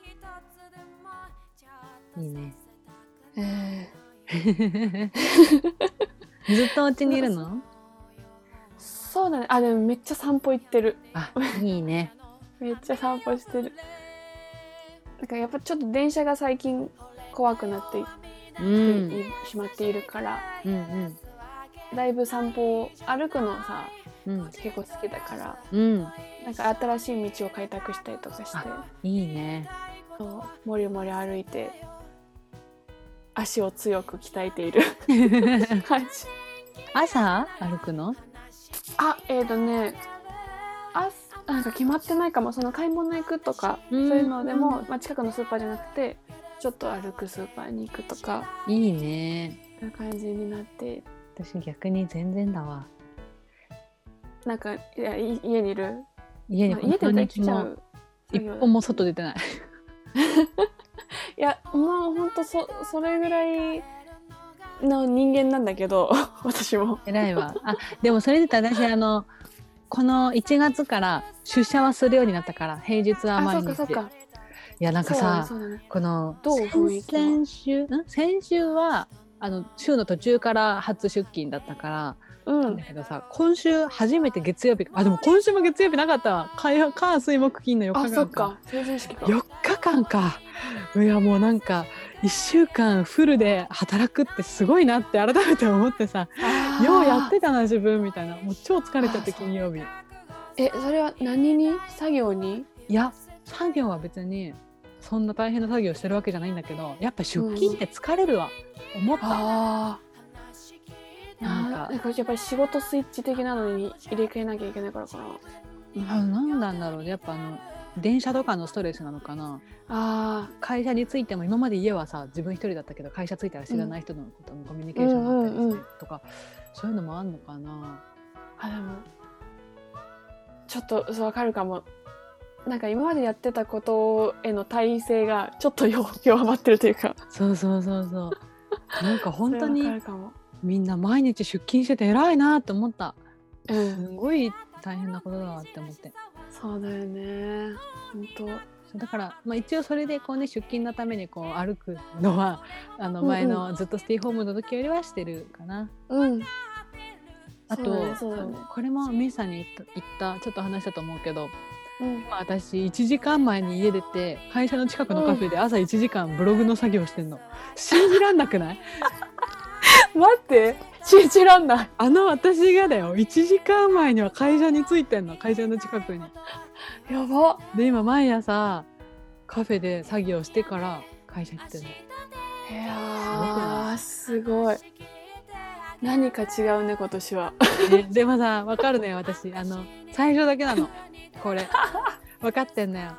A: いいね
B: うん
A: ずっとお家にいるの
B: そうだね。あ、でもめっちゃ散歩行ってる。
A: あいいね
B: めっちゃ散歩してる。なんかやっぱちょっと電車が最近怖くな ってい
A: うん
B: いしまっているから、
A: うん
B: だいぶ散歩を歩くのさ、
A: うんうん
B: 結構好きだから、
A: うん
B: なんか新しい道を開拓したりとかして、
A: いい ね
B: そうもりもり歩いて、足を強く鍛え ている感じ。
A: 朝歩くの
B: あ、えーとね、あなんか決まってないかも、その買い物行くとか、
A: うん
B: そういうのでも、まあ、近くのスーパーじゃなくて、ちょっと歩くスーパーに行くとか、
A: いいね
B: そういう感じになって、
A: 私逆に全然だわ
B: なんか、いやい家にいる、
A: 家に
B: まあ家
A: 本当
B: で
A: に
B: できちゃ
A: もう
B: う。
A: 一
B: 作業だ
A: 歩も外出てない
B: いや、まあ、ほんとそ、それぐらいの人間なんだけど、 私も。
A: 偉いわあでもそれで言ったら私あのこの1月から出社はするようになったから平日は
B: あ、そ
A: 毎
B: う
A: 日
B: か、そうか。
A: いやなんか
B: そうだね
A: さ
B: そうだね。
A: この
B: どう雰囲気は
A: 先週ん先週はあの週の途中から初出勤だったから、
B: うん
A: だ。けどさ今週初めて月曜日あでも今週も月曜日なかったわ火火水木金の4日
B: あ、
A: 間
B: そっか。成人式か。
A: 4日間かいやもうなんか1週間フルで働くってすごいなって改めて思ってさ
B: あー
A: ようやってたな自分みたいなもう超疲れちゃって
B: あそう
A: 金曜日
B: え、それは何に作業に
A: いや作業は別にそんな大変な作業してるわけじゃないんだけどやっぱ出勤って疲れるわ、思った
B: あ
A: なか
B: あ。なんんかなんかやっぱり仕事スイッチ的なのに入れ替えなきゃいけないからかな。
A: あ何なんだろうねやっぱあの電車とかのストレスなのかな
B: あ
A: 会社についても今まで家はさ自分一人だったけど会社着いたら知らない人のことのコミュニケーションだったり
B: うん
A: し
B: う
A: て
B: んうん
A: とか、そういうのもあんのかな
B: あ。あでもちょっとそうわかるかも。なんか今までやってたことへの耐性がちょっと弱弱まってるというか。
A: そうそうそう そうなんか本当
B: それわか
A: に
B: るかも。
A: みんな毎日出勤してて偉いなって思った
B: う
A: す
B: ん。
A: ごい大変なことだなって思って
B: そうだよね。本当。
A: そうだから、まあ、一応それでこう、ね、出勤のためにこう歩くのはあの
B: うんうん
A: 前のずっとステイホームの時よりはしてるかな。
B: うん。
A: あと
B: そうだねそうだね
A: あのこれもみーさんに言った言ったちょっと話したと思うけど
B: うん。
A: 今私1時間前に家出て会社の近くのカフェで朝1時間ブログの作業してんの、信じらんなくない
B: 待 って。信じらんない。
A: あの私がだよ1時間前には会社に着いてんの会社の近くに。
B: やば。
A: で今毎朝カフェで作業してから会社行ってるの。
B: いやーすごい。何か違うね今年は。
A: ね、でもさ分かるのよ私あの最初だけなのこれ分かってんのよ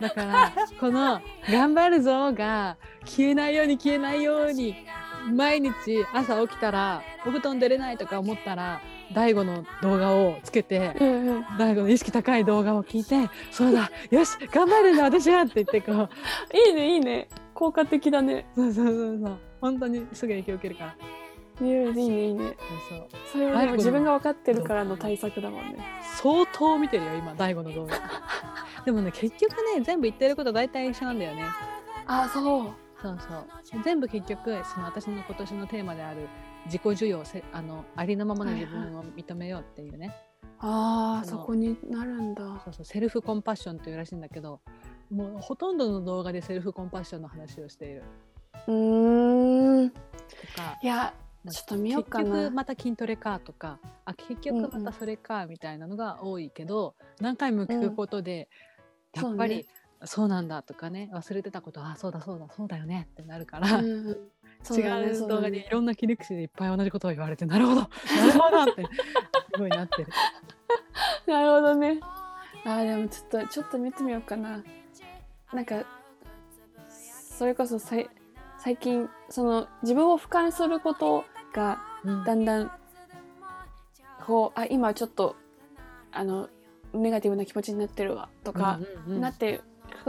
A: だからこの「頑張るぞ」が消えないように消えないように毎日朝起きたらお布団出れないとか思ったら大悟の動画をつけて
B: うんうん。
A: 大悟の意識高い動画を聞いて「そうだよし頑張るんだ私は」って言ってこう
B: いいねいいね。効果的だね。
A: そうそうそうそう本当にすぐ影響受けるから
B: いいねいいねいいね。
A: そうそう
B: それはでも自分が分かってるからの対策だもんね。
A: 相当見てるよ今大悟の動画 でもね結局ね全部言ってること大体一緒なんだよね
B: あそう。
A: そうそう全部結局その私の今年のテーマである自己需要せあのありのままの自分を認めようっていうね、
B: ああ
A: そ
B: そ
A: の
B: こになるんだ。
A: そうそうセルフコンパッションというらしいんだけどもうほとんどの動画でセルフコンパッションの話をしている
B: うーん。
A: とか
B: い やちょっと見ようかな
A: 結局また筋トレかとかあ結局またそれかみたいなのが多いけど、何回も聞くことで、
B: うん
A: やっぱ
B: そう
A: りそうなんだとかね忘れてたことあそうだそうだそうだよねってなるか
B: う
A: ら、
B: んうん。そ
A: 違
B: だね
A: う
B: そ
A: 動
B: だ
A: 画
B: ね
A: でいろんな切り口でいっぱい同じことを言われてなるほどなるほどって すごいなってる。
B: なるほどね。あーでもちょっとちょっと見てみようかな。なんかそれこそさい最近その自分を俯瞰することが
A: うん
B: だんだんこうあ今ちょっとあのネガティブな気持ちになってるわとか、
A: うんうんうん
B: なって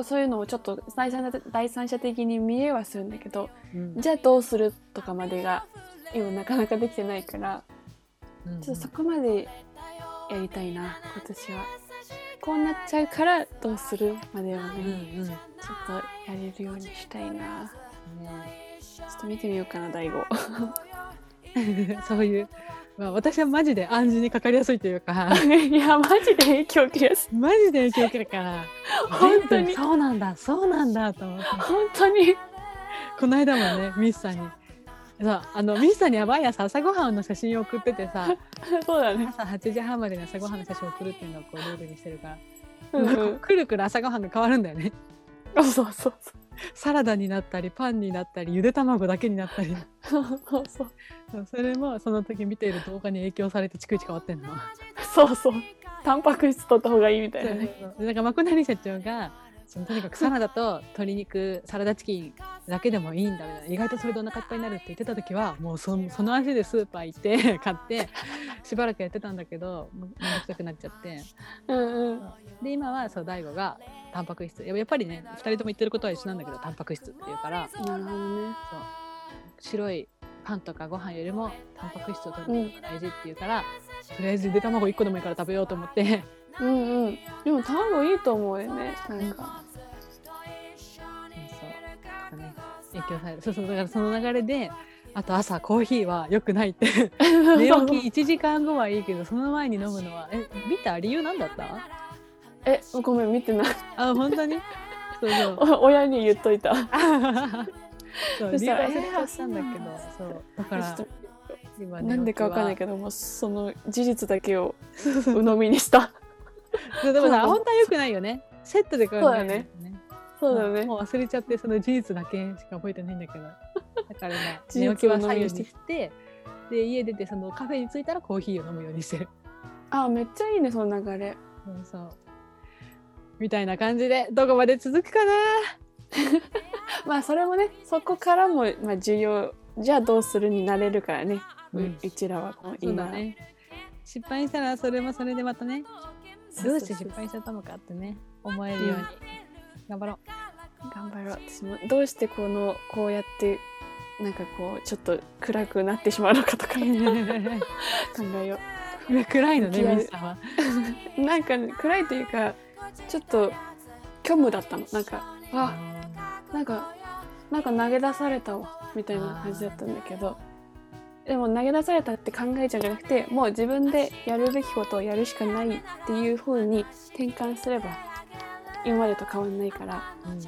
B: そういうのをちょっと第三者第三者的に見えはするんだけど
A: うん
B: じゃあどうするとかまでが今なかなかできてないから
A: うん
B: ちょっとそこまで やりたいな今年は。こうなっちゃうからどうするまでは
A: うん
B: ね、
A: うんね
B: ちょっとやれるようにしたいなちょっと見てみようかな大悟
A: そういう、まあ、私はマジで暗示にかかりやすいというか
B: いやマジで影響受けやす
A: マジで影響受けるから
B: 本当に
A: 全部そうなんだそうなんだと思って
B: い本当に
A: この間もねミスさんにさあのミスさんには毎朝朝ごはんの写真を送っててさ
B: そうだね
A: 朝8時半までに朝ごはんの写真を送るっていうのをこうルールにしてるから、
B: うんう
A: こうんくるくる朝ごはんが変わるんだよね
B: そうそうそう
A: サラダになったりパンになったりゆで卵だけになったり
B: そうそうそう
A: そうそれもその時見ている動画に影響されて逐一変わってんの。
B: そうそうタンパク質取った方がいいみたいなね
A: でなんかマコナリ社長がそのとにかくサラダと鶏肉サラダチキンだけでもいいんだみたいな意外とそれでお腹いっぱいになるって言ってた時はもうそその足でスーパー行って 買ってしばらくやってたんだけどもうめんどくさくなっちゃって
B: うんうん
A: で今はそう大悟がタンパク質やっぱりね2人とも言ってることは一緒なんだけどタンパク質っていうからそう
B: なるほどね
A: 白いパンとかご飯よりもタンパク質を取ることが大事っていうから、とりあえずゆで卵1個でもいいから食べようと思って。
B: うんうんでも卵いいと思うよねなんか
A: そうそうね影響されるそうそうだからその流れであと朝コーヒーは良くないって 寝起き1時間後はいいけどその前に飲むのはえ見た理由なんだった
B: えごめん見てない
A: あ本当 にそうそう
B: お親に言っといた
A: そう
B: そ
A: 理
B: し
A: 由
B: たら
A: 忘れちゃったんだけ
B: え
A: ど
B: ー
A: そうだか
B: ちょ
A: ら
B: っと
A: 今
B: なんでかわかんない
A: け
B: けどもうその事実だけ を鵜呑みにした
A: どでも
B: そう
A: さ
B: そう
A: 本当は良くないよねセットで買うのがいいよ
B: そうだね
A: もう忘れちゃってその事実だけしか覚えてないんだけどだから ね
B: 事
A: 寝起き
B: 実を
A: は
B: 飲む
A: 左
B: よう
A: 右
B: に
A: にしてで家出てそのカフェに着いたらコーヒーを飲むようにしてる
B: あめっちゃいいねその流れ
A: そうそうみたいな感じでどこまで続くかな
B: まあそれもねそこからも、まあ、重要じゃあどうするになれるからね、う
A: うん
B: うちらはこの
A: そう
B: 今
A: だね失敗したらそれもそれでまたね
B: そ
A: どう
B: うそうそ
A: し
B: う
A: て失敗しちゃったのかってね思えるように頑張ろ
B: 頑張ろう私もどうしてこのこうやってなんかこうちょっと暗くなってしまうのかとか 考
A: う
B: えよ
A: い や暗いの ね
B: 気合い
A: ミスさんは
B: う なんかね暗いというかちょっと虚無だったのなんかあ
A: あ
B: なんかなんか投げ出されたわみたいな感じだったんだけどでも投げ出されたって考えちゃうんじゃなくてもう自分でやるべきことをやるしかないっていう風に転換すれば今までと変わんないから
A: うんうん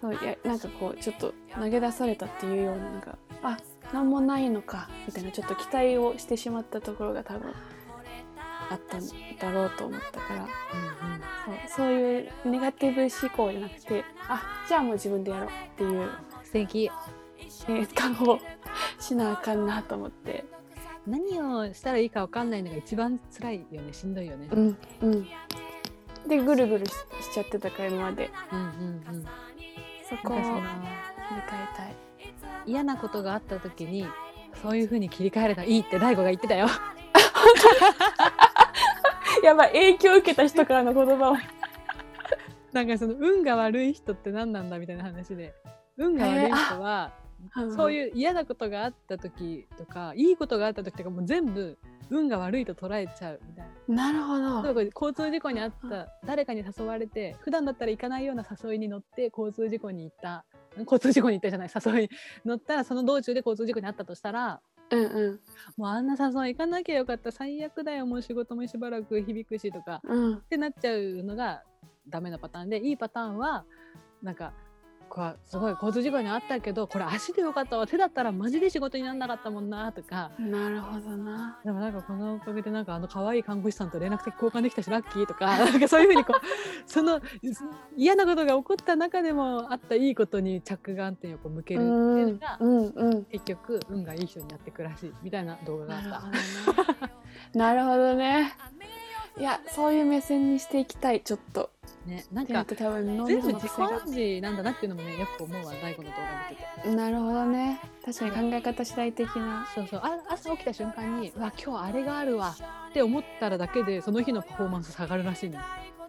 B: そういやなんかこうちょっと投げ出されたっていうようななんかあなんもないのかみたいなちょっと期待をしてしまったところが多分あったんだろうと思ったからそうそういうネガティブ思考じゃなくてあじゃあもう自分でやろうっていう
A: 素敵
B: えー、顔をしなあかんなと思って
A: 何をしたらいいかわかんないのが一番辛いよねしんどいよね
B: んうんでぐるぐるししちゃってたから今まで
A: うんうんうん
B: そこを
A: なんかその
B: 切り替えたい
A: 嫌なことがあった時にそういう風に切り替えるのいいって大悟が言ってたよ
B: やばい影響を受けた人からの言葉を
A: なんかその運が悪い人って何なんだみたいな話で運が悪い人は、そう
B: う
A: いう嫌なことがあった時とかいいことがあった時とかもう全部運が悪いと捉えちゃうみたい
B: んなるほど
A: な例えば交通事故に遭った誰かに誘われて普段だったら行かないような誘いに乗って交通事故に行った交通事故に行ったじゃない誘いに乗ったらその道中で交通事故に遭ったとしたら
B: うんうん
A: もうあんな誘い行かなきゃよかった最悪だよもう仕事もしばらく響くしとか
B: うん
A: ってなっちゃうのがダメなパターンでいいパターンはなんかこうすごい交通事故にあったけどこれ足でよかったわ手だったらマジで仕事にならなかったもんなとか
B: なるほどな
A: でもなんかこのおかげでなんかあの可愛い看護師さんと連絡先交換できたしラッキー とかなんかそういうふうにこうその嫌なことが起こった中でもあったいいことに着眼点をこう向けるっていうのが、
B: うんうん
A: 結局運がいい人になってくらしいみたいな動画があ
B: な
A: った
B: るほ。どね なるほどねいやそういう目線にしていきたいちょっと
A: ね、なん
B: や
A: か
B: っと多分脳み
A: 全部
B: その
A: 自己
B: 癖が
A: 暗示なんだなっていうのもねよく思うわ大悟の動画見てて。
B: なるほどね確かに考え方次第的な
A: そうそうあ朝起きた瞬間に「うわ今日あれがあるわ」って思ったらだけでその日のパフォーマンス下がるらしいの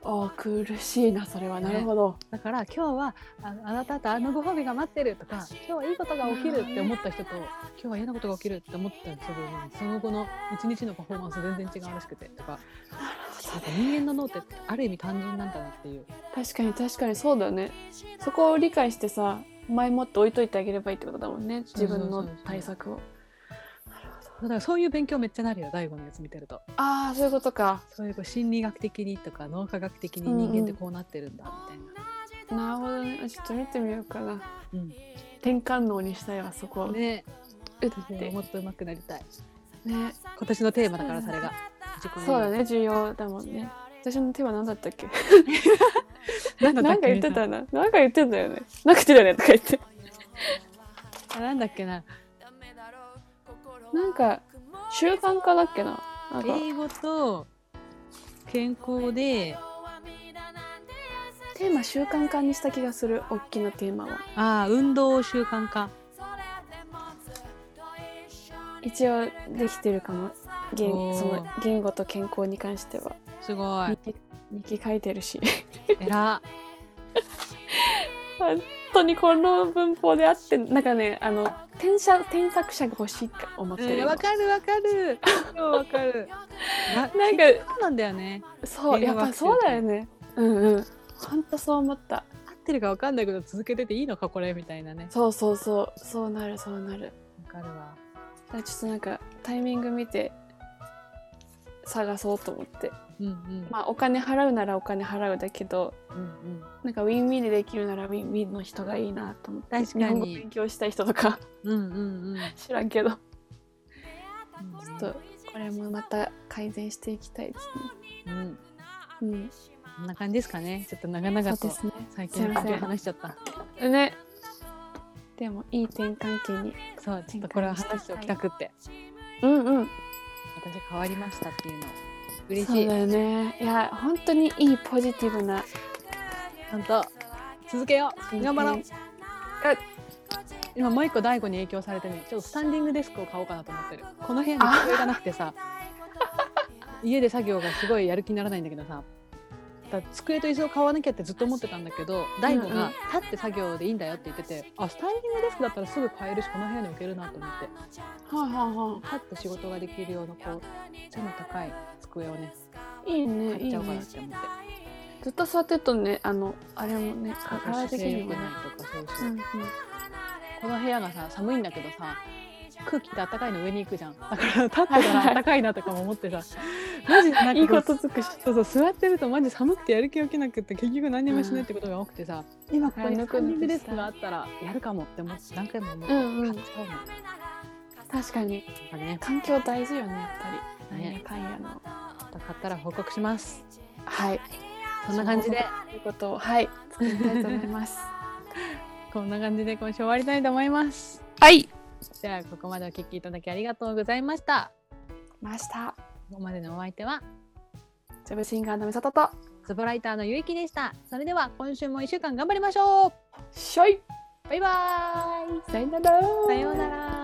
B: おー苦しいなそれは
A: ね
B: なるほど、
A: だから今日はああなたとあのご褒美が待ってるとか今日はいいことが起きるって思った人と今日は嫌なことが起きるって思った人でその後の一日のパフォーマンス全然違うらしくてとかなんか人間の脳ってある意味単純なんだなっていう
B: 確かに確かにそうだよねそこを理解してさ前もって置いといてあげればいいってことだもんね
A: そうそ
B: 自
A: うそう
B: 分の対策を
A: だからそういう勉強めっちゃなるよ大悟のやつ見てると
B: ああそういうことか
A: そういうこう心理学的にとか脳科学的に人間ってこうなってるんだみたいな。
B: なるほどねちょっと見てみようかな
A: うん
B: 転換脳にしたいわそこを
A: ね
B: 打っ
A: 私
B: て
A: ももっと上手くなりたい
B: ね
A: 今年のテーマだからそれが
B: そうだね重要だもんね私の手は何だったっけ
A: なんだっ
B: なんか
A: け
B: 言ってたななんか言ってんだよねなくてだよねとか言って
A: あなんだっけな
B: なんか習慣化だっけななんか
A: 英語と健康で
B: テーマ習慣化にした気がする大きなテーマは
A: ああ運動を習慣化
B: 一応できてるかも言
A: おー
B: その言語と健康に関しては
A: すご
B: 日
A: い
B: 記日記書いてるし
A: え ら
B: 本当にこの文法であってなんかねあの転写添削者が欲しいって思 ってる、
A: わかるわか る超わかる な
B: なんか
A: そうなんだよね
B: そうやっぱそうだよねうんうん本当そう思った
A: 合ってるかわかんないけど続けてていいのかこれみたいなね
B: そうそうそうそうなるそうなる
A: わかるわ
B: だからちょっとなんかタイミング見て探そうと思って
A: うんうん、
B: まあお金払うならお金払うだけど
A: うんうん
B: なんかウィンウィンでできるならウィンウィンの人がいいなと思って
A: 確かに
B: 日本語勉強したい人とか
A: うんうんうん
B: 知らんけどちょっ
A: う
B: とこれもまた改善していきたいです
A: んうん
B: ね。うん、
A: こんな感じですかねちょっと長々
B: そう
A: と
B: ですね。
A: 最
B: すい
A: 近のこ
B: ませ
A: と
B: ん
A: を話しちゃった
B: ね。でもいい転換期に。
A: そうちょっとこれは話しておきたくって
B: うんうん。
A: 私変わりましたっていうの嬉
B: そ
A: し
B: う
A: い
B: だよね。いや本当にいいポジティブな。
A: 本当続けよう頑張ろう今もう一個大悟に影響されてねちょっとスタンディングデスクを買おうかなと思ってるこの部屋に机がなくてさ家で作業がすごいやる気にならないんだけどさだから机と椅子を買わなきゃってずっと思ってたんだけど大悟
B: う
A: が
B: ん
A: 「立って作業でいいんだよ」って言っててあスタンディングデスクだったらすぐ買えるしこの部屋に置けるなと思って
B: はいはいは
A: 立って仕事ができるようなこう背の高い机をね
B: い。いいね
A: 買
B: い
A: っ
B: い
A: ちゃおうか
B: ね
A: なっ。て思って。
B: ずっと座ってるとねあのあれもね
A: そう
B: 体的にもね。
A: 姿勢良くないとかそう
B: う
A: そうん
B: うん。
A: この部屋がさ寒いんだけどさ空気って暖かいの上に行くじゃんだから立ってたら暖かいなとかも思ってさマジでなんか
B: いいこと尽くし
A: そうそう座ってるとマジ寒くてやる気起きなくって結局何もしないってことが多くてさ、今ここにスタンディングデスクがあったらやるかもって思って何回も思って
B: うんうん
A: 買っちゃうもんやっ
B: 確かに
A: ぱね
B: 環境大事よねやっぱり。
A: ね
B: なんやかんやの。
A: 買ったら報告します
B: はい。
A: そんな感じで
B: ということをはい作りたいと思 います。
A: こんな感じで今週終わりたいと思います
B: はい。
A: じゃあここまでお聞きいただきありがとうございました
B: ました。
A: ここまでのお相手は
B: ジャブシンガーの美里と。
A: ズボライターのゆいきでしたそれでは今週も一週間頑張りましょう
B: しょい。
A: バイバーイ
B: さよなら。
A: さようなら